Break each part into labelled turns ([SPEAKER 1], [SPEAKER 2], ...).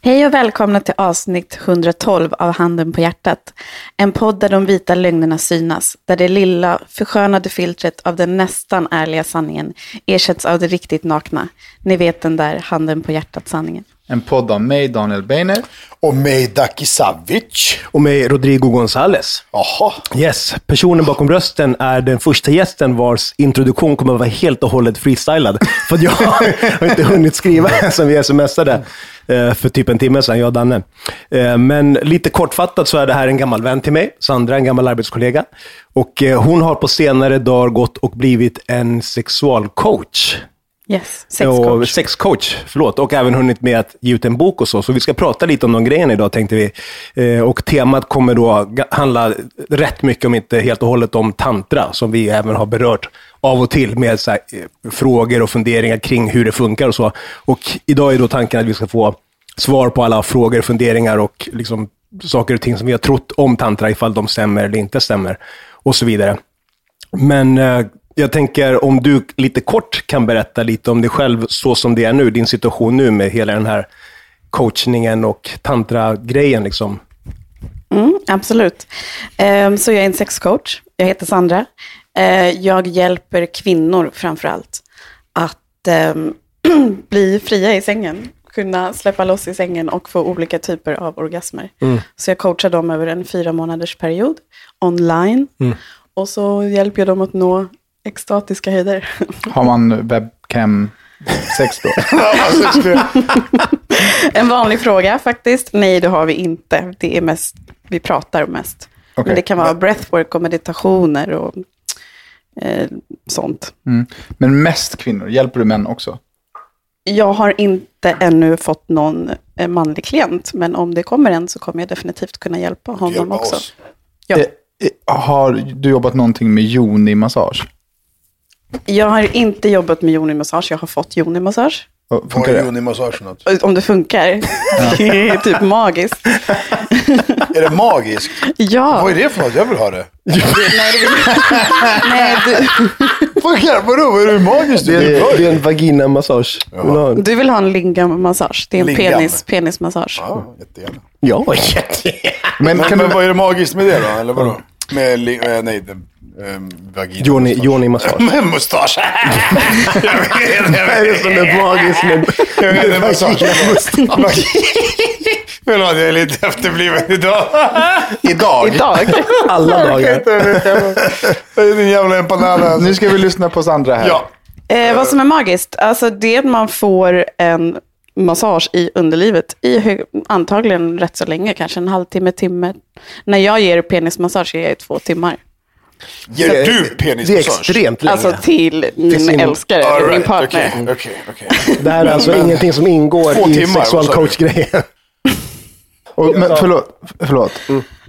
[SPEAKER 1] Hej och välkomna till avsnitt 112 av Handen på hjärtat. En podd där de vita lögnerna synas, där det lilla förskönade filtret av den nästan ärliga sanningen ersätts av det riktigt nakna. Ni vet den där Handen på hjärtat-sanningen.
[SPEAKER 2] En podd av mig, Daniel Beiner.
[SPEAKER 3] Och mig Daki Savic.
[SPEAKER 4] och med Rodrigo Gonzales.
[SPEAKER 3] Jaha.
[SPEAKER 4] Yes, personen bakom rösten är den första gästen vars introduktion kommer att vara helt och hållet freestylad. För att jag har inte hunnit skriva sen vi smsade eh, för typ en timme sedan, jag och Danne. Eh, Men lite kortfattat så är det här en gammal vän till mig, Sandra, en gammal arbetskollega. Och eh, hon har på senare dagar gått och blivit en sexualcoach.
[SPEAKER 1] Yes,
[SPEAKER 4] Och
[SPEAKER 1] sexcoach.
[SPEAKER 4] sexcoach, förlåt. Och även hunnit med att ge ut en bok och så. Så vi ska prata lite om de grejerna idag tänkte vi. Eh, och temat kommer då ga- handla rätt mycket, om inte helt och hållet, om tantra. Som vi även har berört av och till med så här, eh, frågor och funderingar kring hur det funkar och så. Och idag är då tanken att vi ska få svar på alla frågor, funderingar och liksom saker och ting som vi har trott om tantra, ifall de stämmer eller inte stämmer. Och så vidare. Men eh, jag tänker om du lite kort kan berätta lite om dig själv, så som det är nu, din situation nu med hela den här coachningen och tantra-grejen. Liksom.
[SPEAKER 1] Mm, absolut. Ehm, så jag är en sexcoach. Jag heter Sandra. Eh, jag hjälper kvinnor framför allt att ehm, bli fria i sängen. Kunna släppa loss i sängen och få olika typer av orgasmer. Så jag coachar dem över en fyra månaders period online. Och så hjälper jag dem att nå extatiska höjder.
[SPEAKER 2] Har man webcam sex då?
[SPEAKER 1] en vanlig fråga faktiskt. Nej, det har vi inte. Det är mest, vi pratar mest.
[SPEAKER 2] Okej.
[SPEAKER 1] Men det kan vara breathwork och meditationer och eh, sånt.
[SPEAKER 2] Mm. Men mest kvinnor. Hjälper du män också?
[SPEAKER 1] Jag har inte ännu fått någon eh, manlig klient, men om det kommer en så kommer jag definitivt kunna hjälpa honom
[SPEAKER 3] Hjälpa
[SPEAKER 1] också.
[SPEAKER 3] oss.
[SPEAKER 1] Ja.
[SPEAKER 2] Eh, eh, Har du jobbat någonting med yoni-massage?
[SPEAKER 1] Jag har inte jobbat med yoni-massage, jag har fått yoni-massage.
[SPEAKER 2] Och
[SPEAKER 3] Vad
[SPEAKER 2] Funkar
[SPEAKER 3] är
[SPEAKER 2] det?
[SPEAKER 3] yoni-massage för något?
[SPEAKER 1] Om det funkar. det är typ magiskt.
[SPEAKER 3] Är det magiskt?
[SPEAKER 1] Ja.
[SPEAKER 3] Vad är det för något? Jag vill ha det.
[SPEAKER 1] Nej, det vill... Nej, du...
[SPEAKER 3] Vad är- Vadå, vad är det magiskt? Det är bra.
[SPEAKER 4] en vaginamassage. Ja,
[SPEAKER 1] du vill ha en lingam-massage. Det är en
[SPEAKER 3] Lingam.
[SPEAKER 1] penis, penismassage.
[SPEAKER 3] Ja, jättegärna.
[SPEAKER 4] ja
[SPEAKER 2] Men
[SPEAKER 3] Men,
[SPEAKER 2] kan
[SPEAKER 3] men
[SPEAKER 2] du...
[SPEAKER 3] vad är det magiskt med det då? Eller vadå? Med, li- eh, nej, det, um, vagina.
[SPEAKER 4] Joni-
[SPEAKER 3] mustasch.
[SPEAKER 4] Joni-massage.
[SPEAKER 3] Med mustasch. jag vet, jag vet.
[SPEAKER 4] är magiskt med
[SPEAKER 3] Jag vet, det är massage. Förlåt, jag är lite efterbliven idag. idag?
[SPEAKER 1] Idag.
[SPEAKER 4] alla dagar?
[SPEAKER 3] Det är din jävla empanada. alltså.
[SPEAKER 2] Nu ska vi lyssna på Sandra här.
[SPEAKER 3] Ja.
[SPEAKER 1] Eh, vad som är magiskt, alltså det är att man får en massage i underlivet i hö- antagligen rätt så länge, kanske en halvtimme, timme. När jag ger penismassage ger jag i två timmar.
[SPEAKER 3] Ger du
[SPEAKER 4] Det är
[SPEAKER 3] penismassage?
[SPEAKER 4] extremt länge.
[SPEAKER 1] Alltså till min
[SPEAKER 4] sin-
[SPEAKER 1] älskare,
[SPEAKER 3] All
[SPEAKER 1] eller min
[SPEAKER 3] right,
[SPEAKER 1] partner.
[SPEAKER 3] Okej, okej, okej.
[SPEAKER 4] det här är alltså ingenting som
[SPEAKER 3] Två
[SPEAKER 4] ingår i
[SPEAKER 3] timmar, vad sa du?
[SPEAKER 4] sexualcoach-grejen.
[SPEAKER 2] Och, men förlåt. förlåt.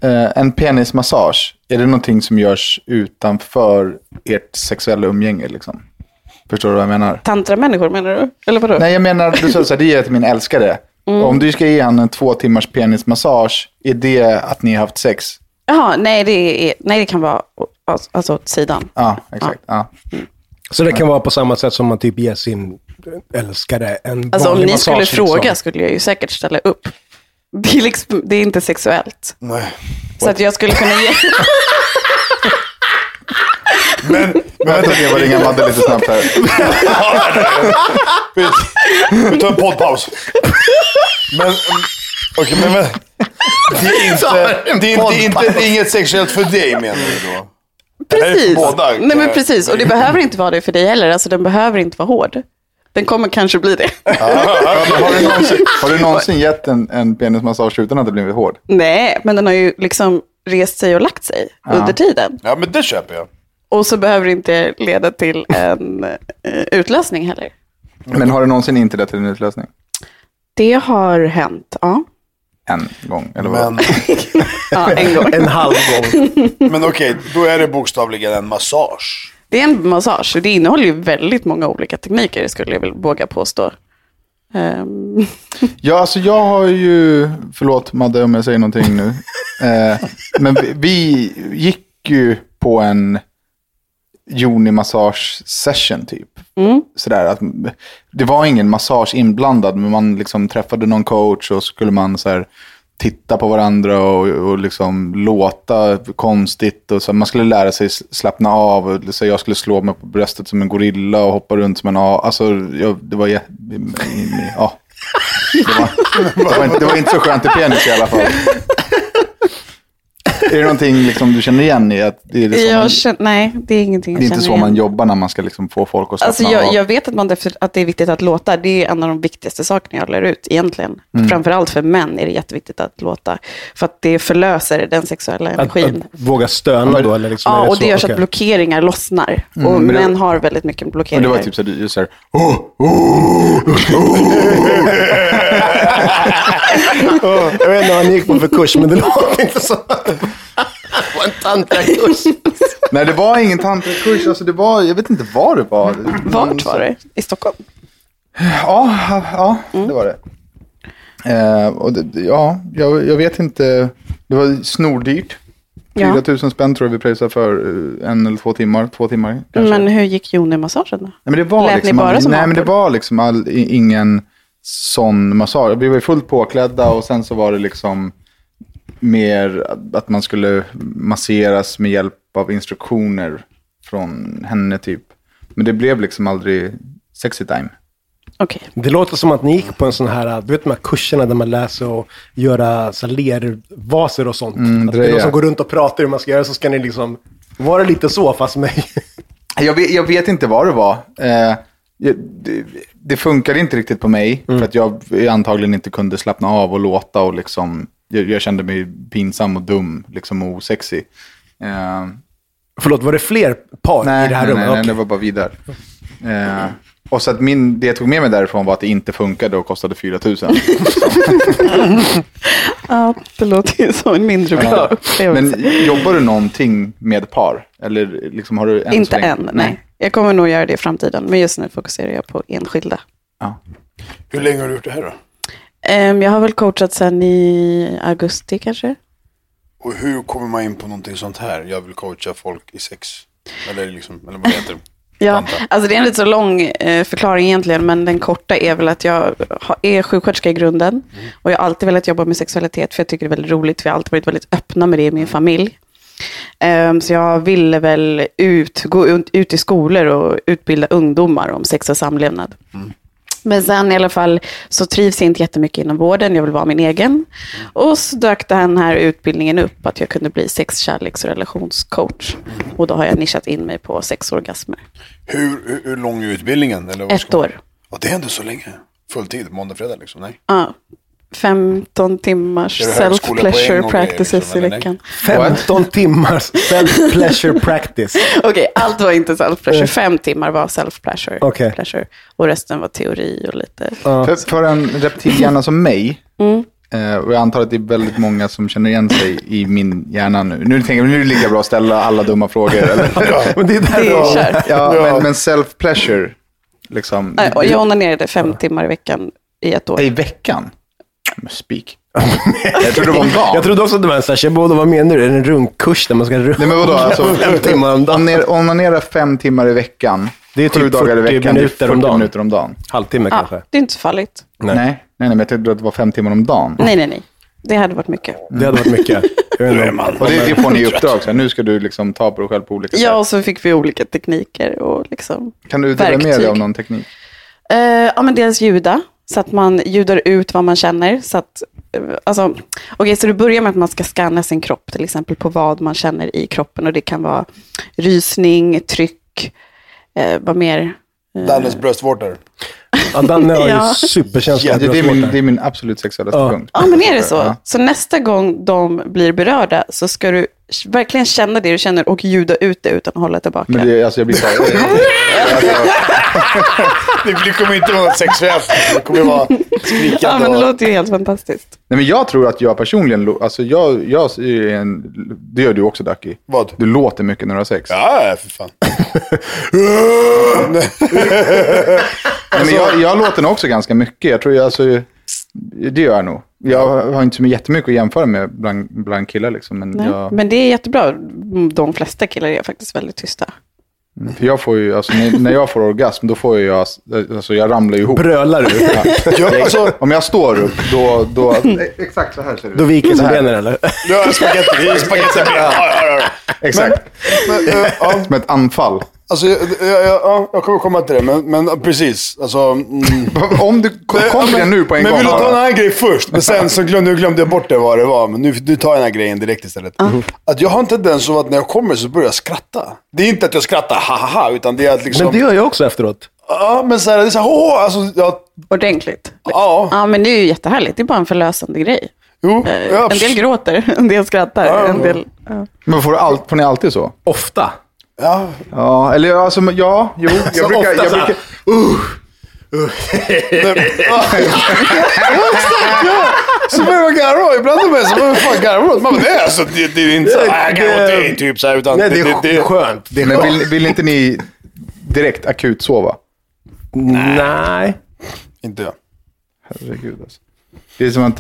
[SPEAKER 2] Eh, en penismassage, är det någonting som görs utanför ert sexuella umgänge? Liksom?
[SPEAKER 5] Förstår du vad jag menar?
[SPEAKER 1] Tantramänniskor menar du? Eller vadå?
[SPEAKER 5] Nej, jag menar, du sa så här, det ger jag till min älskare. Om du ska ge han en två timmars penismassage, är det att ni har haft sex?
[SPEAKER 1] Jaha, nej det, är, nej det kan vara alltså, åt sidan.
[SPEAKER 5] Ja, exakt. Ja.
[SPEAKER 4] Så det kan vara på samma sätt som man typ ger sin älskare en
[SPEAKER 1] Alltså om
[SPEAKER 4] vanlig
[SPEAKER 1] ni skulle
[SPEAKER 4] massage,
[SPEAKER 1] fråga
[SPEAKER 4] Liksom.
[SPEAKER 1] skulle jag ju säkert ställa upp. Det är, liksom, det är inte sexuellt.
[SPEAKER 3] Nej.
[SPEAKER 1] Så att jag skulle kunna ge...
[SPEAKER 3] Men, men vänta.
[SPEAKER 5] Jag får ringa Madde lite snabbt här.
[SPEAKER 3] Vi, vi tar en poddpaus. Men, mm, okej, men, men det är inte, det är, det är inte, det är inget sexuellt för dig menar du då?
[SPEAKER 1] precis.
[SPEAKER 3] för båda.
[SPEAKER 1] Nej, men precis. Och det behöver inte vara det för dig heller. Alltså den behöver inte vara hård. Den kommer kanske bli det.
[SPEAKER 5] Ja, men har, du någonsin, har du någonsin gett en, en penismassage utan att det blivit hård?
[SPEAKER 1] Nej, men den har ju liksom rest sig och lagt sig under tiden.
[SPEAKER 3] Ja, men det köper jag.
[SPEAKER 1] Och så behöver det inte leda till en eh, utlösning heller.
[SPEAKER 5] Men har du någonsin inte det till en utlösning?
[SPEAKER 1] Det har hänt, ja.
[SPEAKER 5] En gång, eller vad?
[SPEAKER 3] Men,
[SPEAKER 1] ja en gång.
[SPEAKER 4] En halv gång.
[SPEAKER 3] men okej, då är det bokstavligen en massage.
[SPEAKER 1] Det är en massage och det innehåller ju väldigt många olika tekniker skulle jag väl våga påstå. Ehm,
[SPEAKER 5] Ja, alltså jag har ju, förlåt Madde om jag säger någonting nu. Eh, men vi, vi gick ju på en Joni-massage session typ. Sådär att, det var ingen massage inblandad, men man liksom träffade någon coach och skulle man så här, titta på varandra och, och liksom låta konstigt. Och så, man skulle lära sig s- slappna av. Och, så jag skulle slå mig på bröstet som en gorilla och hoppa runt som en a. Alltså, jag, det var... jä- Ja. Det var, det, var inte, det var inte så skönt i penis i alla fall. Är det någonting liksom du känner igen i att det är, det så man,
[SPEAKER 1] jag känner, nej, det är ingenting jag
[SPEAKER 5] det är inte
[SPEAKER 1] känner
[SPEAKER 5] så
[SPEAKER 1] igen.
[SPEAKER 5] man jobbar när man ska liksom få folk att slappna
[SPEAKER 1] Alltså jag,
[SPEAKER 5] av?
[SPEAKER 1] jag vet att, man def- att det är viktigt att låta. Det är en av de viktigaste sakerna jag lär ut egentligen.
[SPEAKER 5] Mm.
[SPEAKER 1] Framförallt för män är det jätteviktigt att låta. För att det förlöser den sexuella
[SPEAKER 4] Att,
[SPEAKER 1] energin.
[SPEAKER 4] att våga stöna då? Eller liksom, är
[SPEAKER 1] ja, och det
[SPEAKER 4] så?
[SPEAKER 1] gör så att
[SPEAKER 4] Okej.
[SPEAKER 1] blockeringar lossnar. och
[SPEAKER 5] Mm, men det-
[SPEAKER 1] män har väldigt mycket
[SPEAKER 5] Men
[SPEAKER 1] blockeringar.
[SPEAKER 5] det var typ så här, du- så här,
[SPEAKER 4] Jag vet inte vad han gick på för kurs, men det låter inte så. Det var en tantrakurs.
[SPEAKER 5] Nej, det var ingen tantrakurs. Alltså, det var, jag vet inte vad det var.
[SPEAKER 1] Vart var det? I Stockholm?
[SPEAKER 5] Ja, ja det var det. Eh, och det- det, ja, jag, jag vet inte. Det var snordyrt. 4
[SPEAKER 1] Ja.
[SPEAKER 5] 000 spänn tror jag vi pröjsade för eh, en eller två timmar. Två timmar kanske.
[SPEAKER 1] Men hur gick Joni-massagen då?
[SPEAKER 5] Nej, men det var
[SPEAKER 1] Lät
[SPEAKER 5] liksom
[SPEAKER 1] ni bara
[SPEAKER 5] all,
[SPEAKER 1] som
[SPEAKER 5] Nej,
[SPEAKER 1] apor?
[SPEAKER 5] men det var liksom all, i- ingen sån massage. Vi var ju fullt påklädda och sen så var det liksom mer att man skulle masseras med hjälp av instruktioner från henne typ. Men det blev liksom aldrig sexy time.
[SPEAKER 1] Okej.
[SPEAKER 4] Det låter som att ni gick på en sån här, du vet de här kurserna där man lär sig att göra så här lervaser och sånt. att det är
[SPEAKER 5] Mm, dreja.
[SPEAKER 4] någon som går runt och pratar hur man ska göra, så ska ni liksom vara lite så, fast med...
[SPEAKER 5] Jag vet, jag vet inte vad det var. Eh, jag- det, det funkade inte riktigt på mig för att jag antagligen inte kunde slappna av och låta och liksom, jag, jag kände mig pinsam och dum liksom och osexig. Eh,
[SPEAKER 4] Förlåt, var det fler par
[SPEAKER 5] nej,
[SPEAKER 4] i det här
[SPEAKER 5] nej,
[SPEAKER 4] rummet?
[SPEAKER 5] nej, nej, det
[SPEAKER 4] Okej.
[SPEAKER 5] var bara vi där. Eh, och så att min, det jag tog med mig därifrån var att det inte funkade och kostade 4 000.
[SPEAKER 1] Ja, det låter ju som en mindre bra upplevelse.
[SPEAKER 5] Men jobbar du någonting med par? Eller liksom har du en
[SPEAKER 1] Inte än, nej. Jag kommer nog göra det i framtiden, men just nu fokuserar jag på enskilda.
[SPEAKER 3] Hur länge har du gjort det här då?
[SPEAKER 1] Ehm, jag har väl coachat sedan i augusti kanske.
[SPEAKER 3] Och hur kommer man in på någonting sånt här? Jag vill coacha folk i sex. Eller liksom, eller vad heter det?
[SPEAKER 1] Ja,
[SPEAKER 3] Vänta.
[SPEAKER 1] alltså det är en lite så lång eh, förklaring egentligen, men den korta är väl att jag har, är sjuksköterska i grunden och jag har alltid velat jobba med sexualitet för jag tycker det är väldigt roligt. Vi har alltid varit väldigt öppna med det i min familj. Ehm, så jag ville väl ut, gå ut, ut i skolor och utbilda ungdomar om sex och samlevnad. Men sen i alla fall så trivs jag inte jättemycket inom vården, jag vill vara min egen. Och så dök den här utbildningen upp, att jag kunde bli sex, kärleks och relationscoach. Och då har jag nischat in mig på sexorgasmer.
[SPEAKER 3] Hur, hur, hur lång är utbildningen? Eller vad
[SPEAKER 1] Ett
[SPEAKER 3] ska man-
[SPEAKER 1] år.
[SPEAKER 3] Ja, det är ändå så länge. Fulltid, måndag, fredag liksom. Nej.
[SPEAKER 1] Ja. 15 timmars
[SPEAKER 3] Är det högskolepoäng och
[SPEAKER 1] self-pleasure
[SPEAKER 3] grejer
[SPEAKER 1] practices
[SPEAKER 3] liksom,
[SPEAKER 1] i
[SPEAKER 3] eller nej?
[SPEAKER 1] veckan.
[SPEAKER 4] 15 timmars self-pleasure practice.
[SPEAKER 1] Okej, allt var inte self-pleasure. Fem timmar var self-pleasure.
[SPEAKER 4] Eh. Okej.
[SPEAKER 1] pleasure. Och resten var teori och lite...
[SPEAKER 5] För, för en reptilhjärna som mig,
[SPEAKER 4] Mm.
[SPEAKER 5] eh, och jag antar att det är väldigt många som känner igen sig i min hjärna nu. Nu tänker jag, nu är det lika bra att ställa alla dumma frågor. Eller?
[SPEAKER 4] Men det är där
[SPEAKER 1] Det
[SPEAKER 4] du har-
[SPEAKER 1] är kört.
[SPEAKER 5] Ja, men, men self-pleasure, Liksom,
[SPEAKER 1] Nej, och jag onanerade fem timmar i veckan i ett år.
[SPEAKER 5] I veckan? Men Spik. jag trodde det var en dag.
[SPEAKER 4] Jag trodde också att det var en sån här, Shebodo, vad menar du? Är det en runkkurs där man ska runka?
[SPEAKER 5] Nej men vadå, alltså,
[SPEAKER 4] Fem timmar om dagen.
[SPEAKER 5] onaner- Onanera fem timmar i veckan.
[SPEAKER 4] Det är
[SPEAKER 5] sju
[SPEAKER 4] typ
[SPEAKER 5] dagar i
[SPEAKER 4] 40
[SPEAKER 5] veckan. det är
[SPEAKER 4] minuter om
[SPEAKER 5] 40
[SPEAKER 4] dagen.
[SPEAKER 5] minuter om dagen.
[SPEAKER 4] Halvtimme
[SPEAKER 1] Ja,
[SPEAKER 4] kanske.
[SPEAKER 1] det är inte så farligt.
[SPEAKER 4] Nej.
[SPEAKER 5] Nej. Nej, nej, men jag trodde att det var fem timmar om dagen.
[SPEAKER 1] Nej, nej, nej. Det hade varit mycket.
[SPEAKER 4] Det hade varit mycket. Jag vet inte om-
[SPEAKER 5] Och det, det får ni i uppdrag. Så här, nu ska du liksom ta på dig själv på olika
[SPEAKER 1] Ja,
[SPEAKER 5] sätt.
[SPEAKER 1] och så fick vi olika tekniker och liksom.
[SPEAKER 5] Kan du dela med dig
[SPEAKER 1] verktyg.
[SPEAKER 5] av någon teknik?
[SPEAKER 1] Eh, ja, men dels ljuda, så att man ljudar ut vad man känner. Så att, eh, alltså, okej, så det börjar med att man ska scanna sin kropp, till exempel på vad man känner i kroppen. Och det kan vara rysning, tryck, eh, vad mer?
[SPEAKER 3] Dannes bröstvårtor.
[SPEAKER 4] Ja, Danne har ju
[SPEAKER 1] Ja.
[SPEAKER 4] superkänsla.
[SPEAKER 5] Ja,
[SPEAKER 4] av
[SPEAKER 5] det, det, är min,
[SPEAKER 4] bröstvårtor.
[SPEAKER 5] det är min absolut sexuellaste
[SPEAKER 4] Ja.
[SPEAKER 5] punkt.
[SPEAKER 1] Ja, men är det så?
[SPEAKER 5] Ja.
[SPEAKER 1] Så nästa gång de blir berörda så ska du verkligen känna det du känner och ljuda ut det utan att hålla tillbaka.
[SPEAKER 5] Men det, alltså, jag blir så här,
[SPEAKER 3] Det blir- kommer inte vara något sexuellt. Det kommer vara
[SPEAKER 1] ja, men
[SPEAKER 3] skrikande.
[SPEAKER 1] det
[SPEAKER 3] och-
[SPEAKER 1] låter ju helt fantastiskt.
[SPEAKER 5] Nej, men jag tror att jag personligen, lo- alltså jag, jag är en, det gör du också Ducky.
[SPEAKER 3] Vad?
[SPEAKER 5] Du låter mycket när du har sex.
[SPEAKER 3] Ja, för fan.
[SPEAKER 5] Nej, men
[SPEAKER 3] Alltså-
[SPEAKER 5] jag, jag låter nog också ganska mycket. Jag tror jag, alltså, det gör jag nog. Jag har inte så jättemycket att jämföra med bland, bland killar liksom. Men
[SPEAKER 1] Nej.
[SPEAKER 5] jag,
[SPEAKER 1] Men det är jättebra. De flesta killar är faktiskt väldigt tysta.
[SPEAKER 5] för jag får ju, alltså, när, när jag får orgasm, då får ju jag, alltså jag ramlar ju ihop.
[SPEAKER 4] Brölar du?
[SPEAKER 3] Ja, alltså,
[SPEAKER 5] Om jag står upp, då, då... Exakt så här ser det
[SPEAKER 4] Då
[SPEAKER 5] ut.
[SPEAKER 4] viker sig benen eller?
[SPEAKER 3] du har spagetti. spagetti. Ja, ja, ja.
[SPEAKER 5] Exakt.
[SPEAKER 3] Men, eh, ja,
[SPEAKER 5] Som ett anfall.
[SPEAKER 3] Alltså, jag, jag, jag, jag kommer komma till det, men, men eh, precis. Alltså, mm.
[SPEAKER 5] Om du kom kom till det nu på en
[SPEAKER 3] men
[SPEAKER 5] gång.
[SPEAKER 3] vill du ta en
[SPEAKER 5] Adam.
[SPEAKER 3] annan grej först? Men sen så glömde, nu glömde jag bort det vad det var, men nu, nu tar jag den här grejen direkt istället. Att jag har en tendens av att när jag kommer så börjar jag skratta. Det är inte att jag skrattar ha ha ha, utan det är att liksom...
[SPEAKER 4] Men det gör jag också efteråt.
[SPEAKER 3] Ja, men så här, det är så här, åh, alltså, ja,
[SPEAKER 1] Ordentligt.
[SPEAKER 3] ja,
[SPEAKER 1] Ja, men det är ju jättehärligt. Det är bara en förlösande grej.
[SPEAKER 3] jo.
[SPEAKER 1] Eh,
[SPEAKER 3] ja,
[SPEAKER 1] En del gråter, en del skrattar. En del, ja.
[SPEAKER 5] Men får, du all, får ni alltid så?
[SPEAKER 4] Ofta.
[SPEAKER 3] ja.
[SPEAKER 5] Ja, eller alltså, ja, jo. Jag brukar,
[SPEAKER 4] ofta
[SPEAKER 5] jag
[SPEAKER 4] så här.
[SPEAKER 5] brukar,
[SPEAKER 3] Så börjar man garva. Ibland är man så man fan garvar åt. Man bara, nej alltså, det, det är inte så här, jag garvar åt dig, typ så här, utan
[SPEAKER 4] Nej, det är skönt. Det är
[SPEAKER 5] men
[SPEAKER 4] skönt.
[SPEAKER 5] vill, vill inte ni direkt akut sova?
[SPEAKER 4] Nej.
[SPEAKER 3] Inte jag.
[SPEAKER 5] Herregud alltså. Det är som att...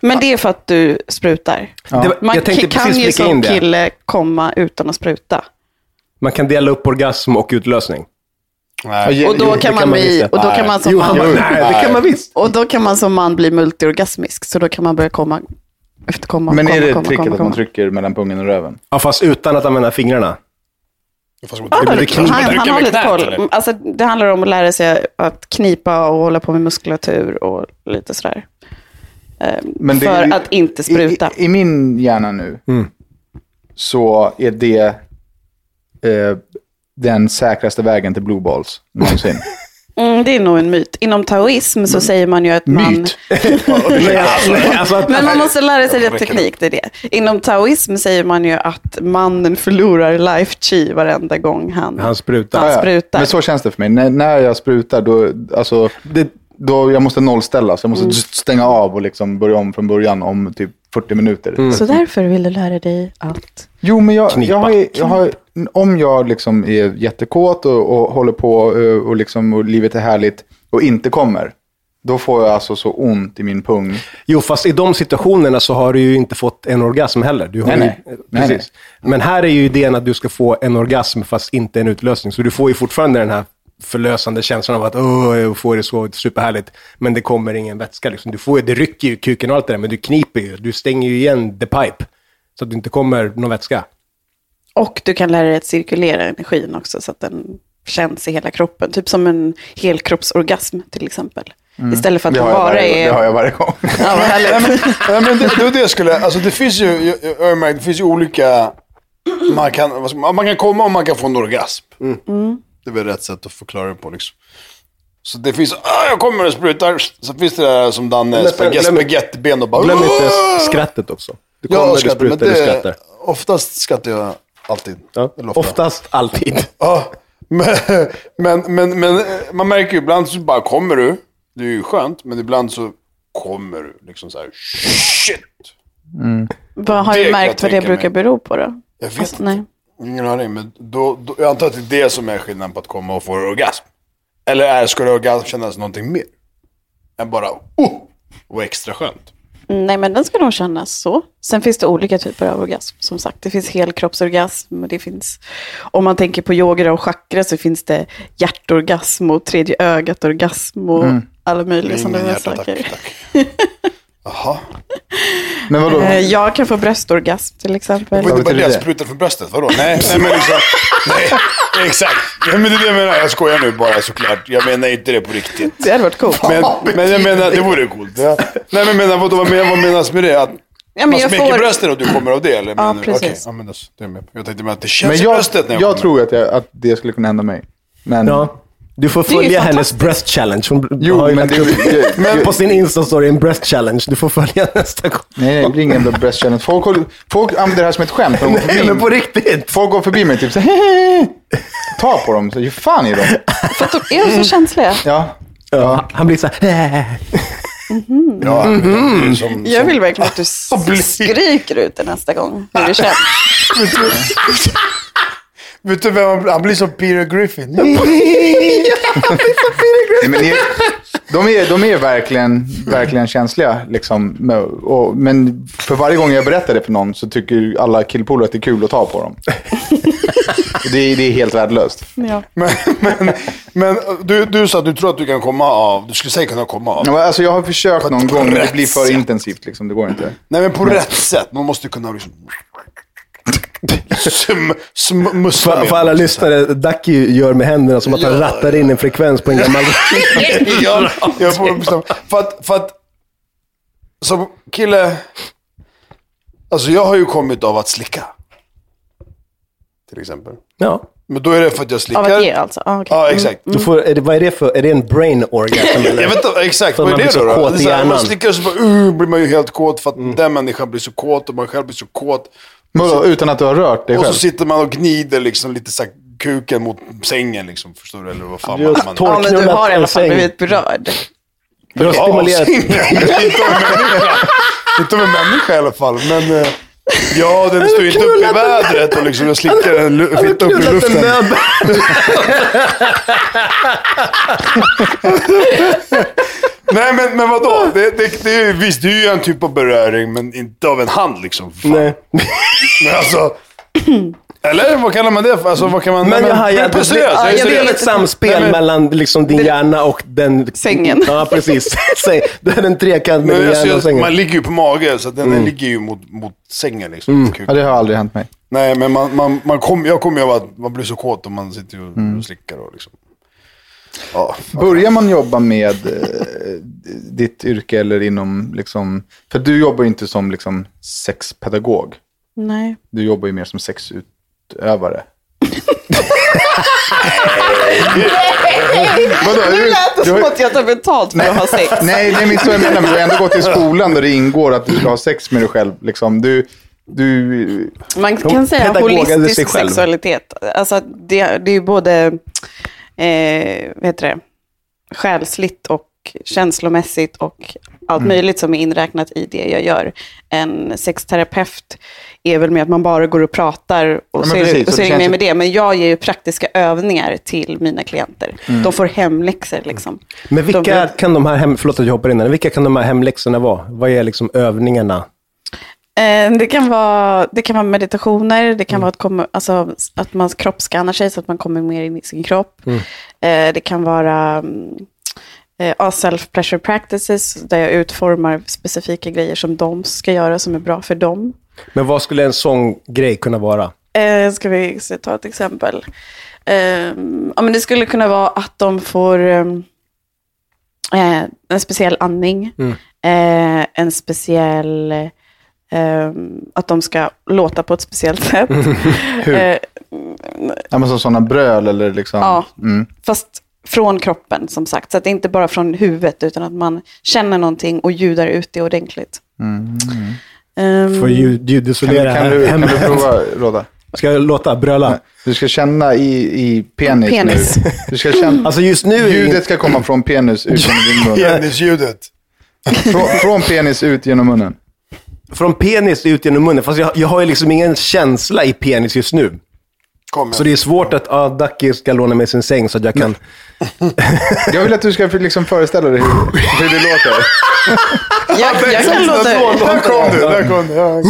[SPEAKER 1] Men det är för att du sprutar.
[SPEAKER 4] Det-
[SPEAKER 1] Man
[SPEAKER 4] jag tänkte
[SPEAKER 1] kan
[SPEAKER 4] precis
[SPEAKER 1] ju
[SPEAKER 4] flika
[SPEAKER 1] som
[SPEAKER 4] in det.
[SPEAKER 1] kille komma utan att spruta.
[SPEAKER 4] Man kan dela upp orgasm och utlösning.
[SPEAKER 3] Nej.
[SPEAKER 5] Ja,
[SPEAKER 1] Och då kan
[SPEAKER 5] jo,
[SPEAKER 4] det
[SPEAKER 1] man
[SPEAKER 4] kan man
[SPEAKER 1] bli,
[SPEAKER 4] visst,
[SPEAKER 1] och då
[SPEAKER 3] nej.
[SPEAKER 1] kan man som
[SPEAKER 4] Jo, han bara,
[SPEAKER 1] man,
[SPEAKER 4] nej, det kan man visst.
[SPEAKER 1] och då kan man som man bli multiorgasmisk. Så då kan man börja komma, efter komma,
[SPEAKER 5] Men
[SPEAKER 1] komma,
[SPEAKER 5] är det
[SPEAKER 1] komma,
[SPEAKER 5] tricket
[SPEAKER 1] komma,
[SPEAKER 5] att man
[SPEAKER 1] komma.
[SPEAKER 5] trycker mellan pungen och röven?
[SPEAKER 4] Ja, fast utan att använda fingrarna.
[SPEAKER 3] Fast
[SPEAKER 1] Ja,
[SPEAKER 3] det
[SPEAKER 1] han,
[SPEAKER 3] blir knipigt.
[SPEAKER 1] han
[SPEAKER 3] Brukar
[SPEAKER 1] har
[SPEAKER 3] med
[SPEAKER 1] lite
[SPEAKER 3] knät, eller?
[SPEAKER 1] koll. Alltså, det handlar om att lära sig att knipa och hålla på med muskulatur och lite sådär. Ehm,
[SPEAKER 5] Men det
[SPEAKER 1] för
[SPEAKER 5] är ju-
[SPEAKER 1] att inte spruta.
[SPEAKER 5] I, i, I min hjärna nu så är det eh, den säkraste vägen till blue balls någonsin.
[SPEAKER 1] Mm, det är nog en myt. Inom taoism så säger man ju att man...
[SPEAKER 5] Myt.
[SPEAKER 4] Men alltså, alltså att,
[SPEAKER 1] Men man måste lära sig rätt teknik, det är det. Inom taoism säger man ju att mannen förlorar life chi varenda gång han...
[SPEAKER 4] han sprutar.
[SPEAKER 1] Han
[SPEAKER 5] Ja, ja.
[SPEAKER 1] sprutar.
[SPEAKER 5] Men så känns det för mig. När, när jag sprutar då, alltså, då jag måste nollställa. Så jag måste
[SPEAKER 1] Mm.
[SPEAKER 5] stänga av och liksom börja om från början om typ 40 minuter.
[SPEAKER 1] Så därför vill du lära dig att...
[SPEAKER 5] Jo, men jag,
[SPEAKER 4] Knipa.
[SPEAKER 5] jag, har, jag har, om jag liksom är jättekåt och, och håller på eh, och, liksom, och livet är härligt och inte kommer, då får jag alltså så ont i min pung.
[SPEAKER 4] Jo, fast i de situationerna så har du ju inte fått en orgasm heller. Du har
[SPEAKER 5] Nej,
[SPEAKER 4] ju,
[SPEAKER 5] nej.
[SPEAKER 4] Precis.
[SPEAKER 5] Nej,
[SPEAKER 4] Men här är ju idén att du ska få en orgasm fast inte en utlösning. Så du får ju fortfarande den här förlösande känslan av att åh, jag får det så superhärligt. Men det kommer ingen vätska. Liksom. Du, får, ju- det rycker ju i kuken och allt det där, men du kniper ju. Du stänger ju igen the pipe. Så att det inte kommer någon vätska.
[SPEAKER 1] Och du kan lära dig att cirkulera energin också så att den känns i hela kroppen. Typ som en helkroppsorgasm till exempel.
[SPEAKER 3] Mm.
[SPEAKER 1] Istället för att
[SPEAKER 5] Det
[SPEAKER 1] man
[SPEAKER 5] har, jag
[SPEAKER 1] bara
[SPEAKER 5] varje,
[SPEAKER 1] är...
[SPEAKER 5] det har jag varje gång.
[SPEAKER 1] Ja, vad härligt.
[SPEAKER 3] Nej, men det, det, var det jag skulle, alltså det finns ju, jag, jag, har märkt, det finns ju olika, man kan, vad ska man man kan komma och man kan få en orgasm.
[SPEAKER 4] Mm.
[SPEAKER 3] Mm. Det är väl rätt sätt att förklara det på liksom. Så det finns, ah, jag kommer och sprutar, så finns det där som Danne,
[SPEAKER 4] Men-
[SPEAKER 3] spag-
[SPEAKER 4] glöm-
[SPEAKER 3] spagettiben och bara...
[SPEAKER 4] Glöm inte
[SPEAKER 3] "Åh!"
[SPEAKER 4] skrattet också. Du
[SPEAKER 3] Ja,
[SPEAKER 4] kommer, du
[SPEAKER 3] skrattar, men
[SPEAKER 4] sprutar, du skrattar.
[SPEAKER 3] Oftast skrattar jag alltid.
[SPEAKER 4] Ja.
[SPEAKER 3] Eller ofta.
[SPEAKER 4] Oftast alltid.
[SPEAKER 3] Ja, men, men, men, men man märker ju ibland så bara kommer du. Det är ju skönt, men ibland så kommer du. Liksom så här, shit!
[SPEAKER 1] Vad har
[SPEAKER 3] Det
[SPEAKER 1] du
[SPEAKER 3] kan jag
[SPEAKER 1] märkt vad det
[SPEAKER 3] tänka mig.
[SPEAKER 1] brukar bero på då?
[SPEAKER 3] Jag vet
[SPEAKER 1] Alltså,
[SPEAKER 3] inte.
[SPEAKER 1] nej.
[SPEAKER 3] Ingen aning, men då, då, jag antar att det är det som är skillnaden på att komma och få orgasm. Eller är, skulle orgasm kännas någonting mer? Än bara oh, och extra skönt.
[SPEAKER 1] Mm, Nej, men den ska nog kännas så. Sen finns det olika typer av orgasm. Som sagt, det finns helkroppsorgasm. och Det finns, om man tänker på yoga och chakra så finns det hjärtorgasm och tredje ögat-orgasm och alla
[SPEAKER 3] Det
[SPEAKER 1] möjliga
[SPEAKER 3] är
[SPEAKER 1] sådana
[SPEAKER 3] ingen
[SPEAKER 1] där
[SPEAKER 3] hjärta,
[SPEAKER 1] saker.
[SPEAKER 3] tack, tack. Jaha.
[SPEAKER 5] Men vadå?
[SPEAKER 1] Eh, Jag kan få bröstorgasm till exempel.
[SPEAKER 3] Det var
[SPEAKER 5] Vad
[SPEAKER 3] inte
[SPEAKER 5] betyder
[SPEAKER 3] bara det,
[SPEAKER 5] det?
[SPEAKER 3] sprutan från bröstet, vadå? Nej, nej men liksom, nej, exakt. Ja, men det är det jag menar, jag skojar nu bara såklart. Jag menar inte det på riktigt.
[SPEAKER 1] Det hade varit coolt.
[SPEAKER 3] Men, men jag menar, det vore coolt. Ja. Nej men menar, vad, vad, men- vad menas med det? Att
[SPEAKER 1] men
[SPEAKER 3] man
[SPEAKER 1] jag
[SPEAKER 3] smeker
[SPEAKER 1] får-
[SPEAKER 3] brösten och du kommer av det? Eller? menar du?
[SPEAKER 1] precis.
[SPEAKER 3] Okej, ja, men alltså, det är jag med. på. Jag tänkte med att det känns
[SPEAKER 5] Men
[SPEAKER 3] i
[SPEAKER 5] jag,
[SPEAKER 3] bröstet när jag,
[SPEAKER 5] jag
[SPEAKER 3] kommer.
[SPEAKER 5] tror att, jag, att det skulle kunna hända mig. Men,
[SPEAKER 4] Ja. Du får
[SPEAKER 1] Mm. är ju
[SPEAKER 4] följa hennes
[SPEAKER 1] fantastiskt.
[SPEAKER 4] breast challenge. Hon
[SPEAKER 5] Jo,
[SPEAKER 4] har ju
[SPEAKER 5] men
[SPEAKER 4] lagt
[SPEAKER 5] det,
[SPEAKER 4] upp
[SPEAKER 5] det,
[SPEAKER 4] men på sin Insta-story en breast challenge. Du får följa nästa gång.
[SPEAKER 5] nej, nej, det är ingen breast challenge. Folk, håller- folk använder det här som ett skämt. när De går
[SPEAKER 4] Nej,
[SPEAKER 5] förbi,
[SPEAKER 4] men på riktigt.
[SPEAKER 5] Folk går förbi mig typ så här, Ta på dem, så ge fan i dem.
[SPEAKER 1] För att de är så känsliga.
[SPEAKER 5] Ja.
[SPEAKER 4] Ja. Han blir så här... "Äh."
[SPEAKER 3] Ja, men Mm-hmm. det- som,
[SPEAKER 1] Jag vill verkligen att du s-
[SPEAKER 3] blir-
[SPEAKER 1] skriker ut det nästa gång. Hur det känns.
[SPEAKER 3] Vet du vem han- han blir? som Peter Griffin.
[SPEAKER 5] Nej, men det, de, är, de är
[SPEAKER 3] Mm.
[SPEAKER 5] verkligen, verkligen känsliga. Liksom. Men- Och, men för varje gång jag berättar det för någon så tycker alla killpolare att det är kul att ta på dem. Och det, är- det är helt värdelöst.
[SPEAKER 1] Ja.
[SPEAKER 3] Men, men, men du, du sa att du tror att du kan komma av, du skulle säkert kunna komma av.
[SPEAKER 5] Ja, men Alltså, jag har försökt någon gång, men det
[SPEAKER 3] rätt
[SPEAKER 5] blir för
[SPEAKER 3] sätt.
[SPEAKER 5] intensivt. Liksom. Det går inte.
[SPEAKER 3] Nej men på rätt sätt. Man måste kunna liksom... Sm, sm, mussla
[SPEAKER 4] För,
[SPEAKER 3] med.
[SPEAKER 4] för alla lyssnare, Ducky gör med händerna som att han
[SPEAKER 3] Ja.
[SPEAKER 4] rattar in en frekvens på en gammal...
[SPEAKER 3] jag, jag får bestämma. För att, för att som kille, alltså jag har ju kommit av att slicka. Till exempel.
[SPEAKER 4] Ja.
[SPEAKER 3] Men då är det för att jag slickar.
[SPEAKER 1] Av att ge alltså. Ah, okej.
[SPEAKER 3] Ja, exakt.
[SPEAKER 4] Du får, är det, vad är det för... Är det en brain orgasm? eller?
[SPEAKER 3] Jag vet inte exakt,
[SPEAKER 4] För
[SPEAKER 3] vad är
[SPEAKER 4] man
[SPEAKER 3] det
[SPEAKER 4] blir
[SPEAKER 3] då?
[SPEAKER 4] så
[SPEAKER 3] då?
[SPEAKER 4] kåt
[SPEAKER 3] Det är
[SPEAKER 4] i
[SPEAKER 3] så här, man
[SPEAKER 4] hjärnan. Mm.
[SPEAKER 3] slickar så bara, uh, blir man ju helt kåt för att den människan blir så kåt och man själv blir så kåt.
[SPEAKER 5] Men då, utan att du har rört dig
[SPEAKER 3] Och
[SPEAKER 5] själv?
[SPEAKER 3] så sitter man och gnider liksom lite så här kuken mot sängen liksom, förstår du? Eller vad fan
[SPEAKER 4] Just
[SPEAKER 3] man...
[SPEAKER 4] torr-
[SPEAKER 1] Ja, men du
[SPEAKER 4] knullat
[SPEAKER 1] har i alla
[SPEAKER 4] en
[SPEAKER 1] fall
[SPEAKER 4] säng.
[SPEAKER 1] blivit berörd.
[SPEAKER 4] Du har stimulerat...
[SPEAKER 3] Inte av en människa i alla fall, men... eh, Ja, den står ju inte uppe i
[SPEAKER 4] knullat
[SPEAKER 3] vädret och liksom jag slickar en lu- fitta upp i luften. Nej, men, men vadå? Det, det, det, är ju- visst, det är ju en typ av beröring, men inte av en hand liksom. Fan.
[SPEAKER 4] Nej.
[SPEAKER 3] Men alltså... Eller vad kallar man det för? Alltså, vad kan man...
[SPEAKER 4] Men jag hajar
[SPEAKER 3] men,
[SPEAKER 4] att det,
[SPEAKER 3] på seriöst, jag är
[SPEAKER 4] det, det är ett
[SPEAKER 3] seriös.
[SPEAKER 4] samspel
[SPEAKER 3] Nej, men-
[SPEAKER 4] mellan liksom din hjärna och den...
[SPEAKER 1] Sängen.
[SPEAKER 4] Ja, precis. Säng. Det är en trekant mellan
[SPEAKER 3] Men alltså,
[SPEAKER 4] hjärnan och
[SPEAKER 3] jag, Mm.
[SPEAKER 4] sängen.
[SPEAKER 3] man ligger ju på mage, så att den ligger ju mot, mot sängen liksom. Kuken.
[SPEAKER 5] Ja, det har aldrig hänt mig.
[SPEAKER 3] Nej, men man, man, man kom, jag kommer ju av att man blir så kåt om man sitter och slickar och liksom. Ja.
[SPEAKER 5] Börjar man jobba med eh, ditt yrke eller inom, liksom, för du jobbar ju inte som liksom, sexpedagog.
[SPEAKER 1] Nej.
[SPEAKER 5] Du jobbar ju mer som sexutövare. Vadå?
[SPEAKER 1] Nu lät det
[SPEAKER 5] Du har-
[SPEAKER 1] som att jag tar betalt för att ha sex.
[SPEAKER 5] Nej, det är inte så jag menar. Men du har ändå gått i skolan där det ingår att du ska ha sex med dig själv. Liksom. Du, du,
[SPEAKER 1] Man
[SPEAKER 4] Hon
[SPEAKER 1] kan säga
[SPEAKER 4] pedagogade sig
[SPEAKER 1] holistisk
[SPEAKER 4] själv.
[SPEAKER 1] sexualitet. Alltså, det, det är ju både eh, vad heter det? själsligt och känslomässigt och allt möjligt som är inräknat i det jag gör. En sexterapeut är väl med att man bara går och pratar och
[SPEAKER 5] men
[SPEAKER 1] så är det-
[SPEAKER 5] precis,
[SPEAKER 1] och så
[SPEAKER 5] så det
[SPEAKER 1] är det
[SPEAKER 5] känns
[SPEAKER 1] inget
[SPEAKER 5] ju-
[SPEAKER 1] mer med det. Men jag ger ju praktiska övningar till mina klienter. De får hemläxor liksom.
[SPEAKER 4] Men vilka
[SPEAKER 1] De blir-
[SPEAKER 4] kan de här hem... Förlåt att jag hoppar in här. Vilka kan de här hemläxorna vara? Vad är liksom övningarna?
[SPEAKER 1] Eh, Det kan, vara, det kan vara meditationer, det kan vara att, komma, alltså, att man kroppsskannar sig så att man kommer mer in i sin kropp. Eh, Det kan vara mm, eh, ja, self-pleasure practices, där jag utformar specifika grejer som de ska göra, som är bra för dem.
[SPEAKER 4] Men vad skulle en sån grej kunna vara?
[SPEAKER 1] Eh, Ska vi se, ta ett exempel. Eh, Ja, men det skulle kunna vara att de får eh, eh, en speciell andning, eh, en speciell... eh, Att de ska låta på ett speciellt sätt. Eh,
[SPEAKER 5] ja, men som sådana bröl eller liksom.
[SPEAKER 1] Ja.
[SPEAKER 5] Mm.
[SPEAKER 1] Fast från kroppen, som sagt. Så att det är inte bara från huvudet, utan att man känner någonting och ljudar ut det ordentligt. Ehm,
[SPEAKER 4] Får ljud,
[SPEAKER 5] Kan, du,
[SPEAKER 4] ljudisolera
[SPEAKER 5] kan, du, kan du prova, Mm. Roda?
[SPEAKER 4] Ska jag låta bröla?
[SPEAKER 5] Du ska känna i, i penis,
[SPEAKER 1] Penis.
[SPEAKER 5] nu. Du ska känna,
[SPEAKER 4] Alltså just nu är det
[SPEAKER 5] ljudet ska komma från penis ut genom din mun.
[SPEAKER 3] Penisljudet.
[SPEAKER 5] Från, från penis ut genom munnen.
[SPEAKER 4] från penis ut genom munnen. Fast jag, jag har ju liksom ingen känsla i penis just nu.
[SPEAKER 3] Kom
[SPEAKER 4] Så det är svårt att ah, Ducky ska låna mig sin säng så att jag
[SPEAKER 5] Mm.
[SPEAKER 4] kan...
[SPEAKER 5] Jag vill att du ska liksom föreställa dig hur, hur det låter.
[SPEAKER 1] Jag, jag kan låta...
[SPEAKER 3] Där kom du, där kom du. Ja.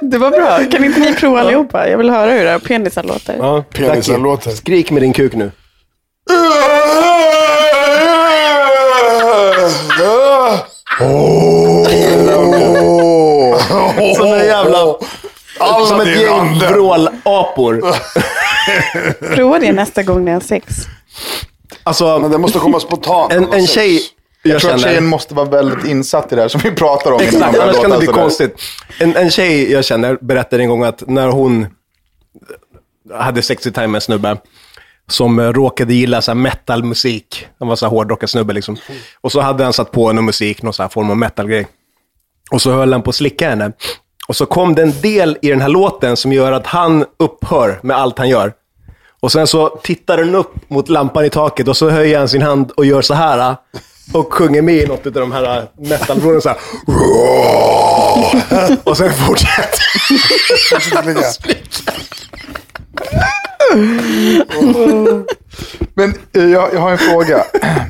[SPEAKER 1] Det var bra. Kan inte ni prova allihopa? Jag vill höra hur era penisar låter.
[SPEAKER 4] Ja,
[SPEAKER 3] Penisar
[SPEAKER 4] Ducky,
[SPEAKER 3] låter.
[SPEAKER 4] Skrik med din kuk nu. Som en jävla...
[SPEAKER 3] Alla
[SPEAKER 4] Som ett
[SPEAKER 3] din
[SPEAKER 4] gäng
[SPEAKER 3] ande.
[SPEAKER 4] vrålapor.
[SPEAKER 1] Prova det nästa gång ni har sex.
[SPEAKER 3] Men
[SPEAKER 4] Alltså,
[SPEAKER 3] det måste komma spontant.
[SPEAKER 4] en, en tjej jag,
[SPEAKER 5] Jag tror att tjejen måste vara väldigt insatt i det här som vi pratar om. innan man
[SPEAKER 4] Exakt,
[SPEAKER 5] börjar
[SPEAKER 4] annars kan det
[SPEAKER 5] låta
[SPEAKER 4] bli
[SPEAKER 5] sådär.
[SPEAKER 4] konstigt. En, en tjej jag känner berättade en gång att när hon hade sex i time med en snubbe, som eh, råkade gilla så här metalmusik. Han var så här hårdrockarsnubbe liksom. Och så hade han satt på någon musik, någon så här form av metalgrej. Och så höll han på att slicka henne. Och så kom det en del i den här låten som gör att han upphör med allt han gör. Och sen så tittar den upp mot lampan i taket och så höjer han sin hand och gör så här. eh, Och sjunger med i något av de här eh, metalbroderna så här. Och sen fortsätter
[SPEAKER 5] Men eh, jag, jag har en fråga.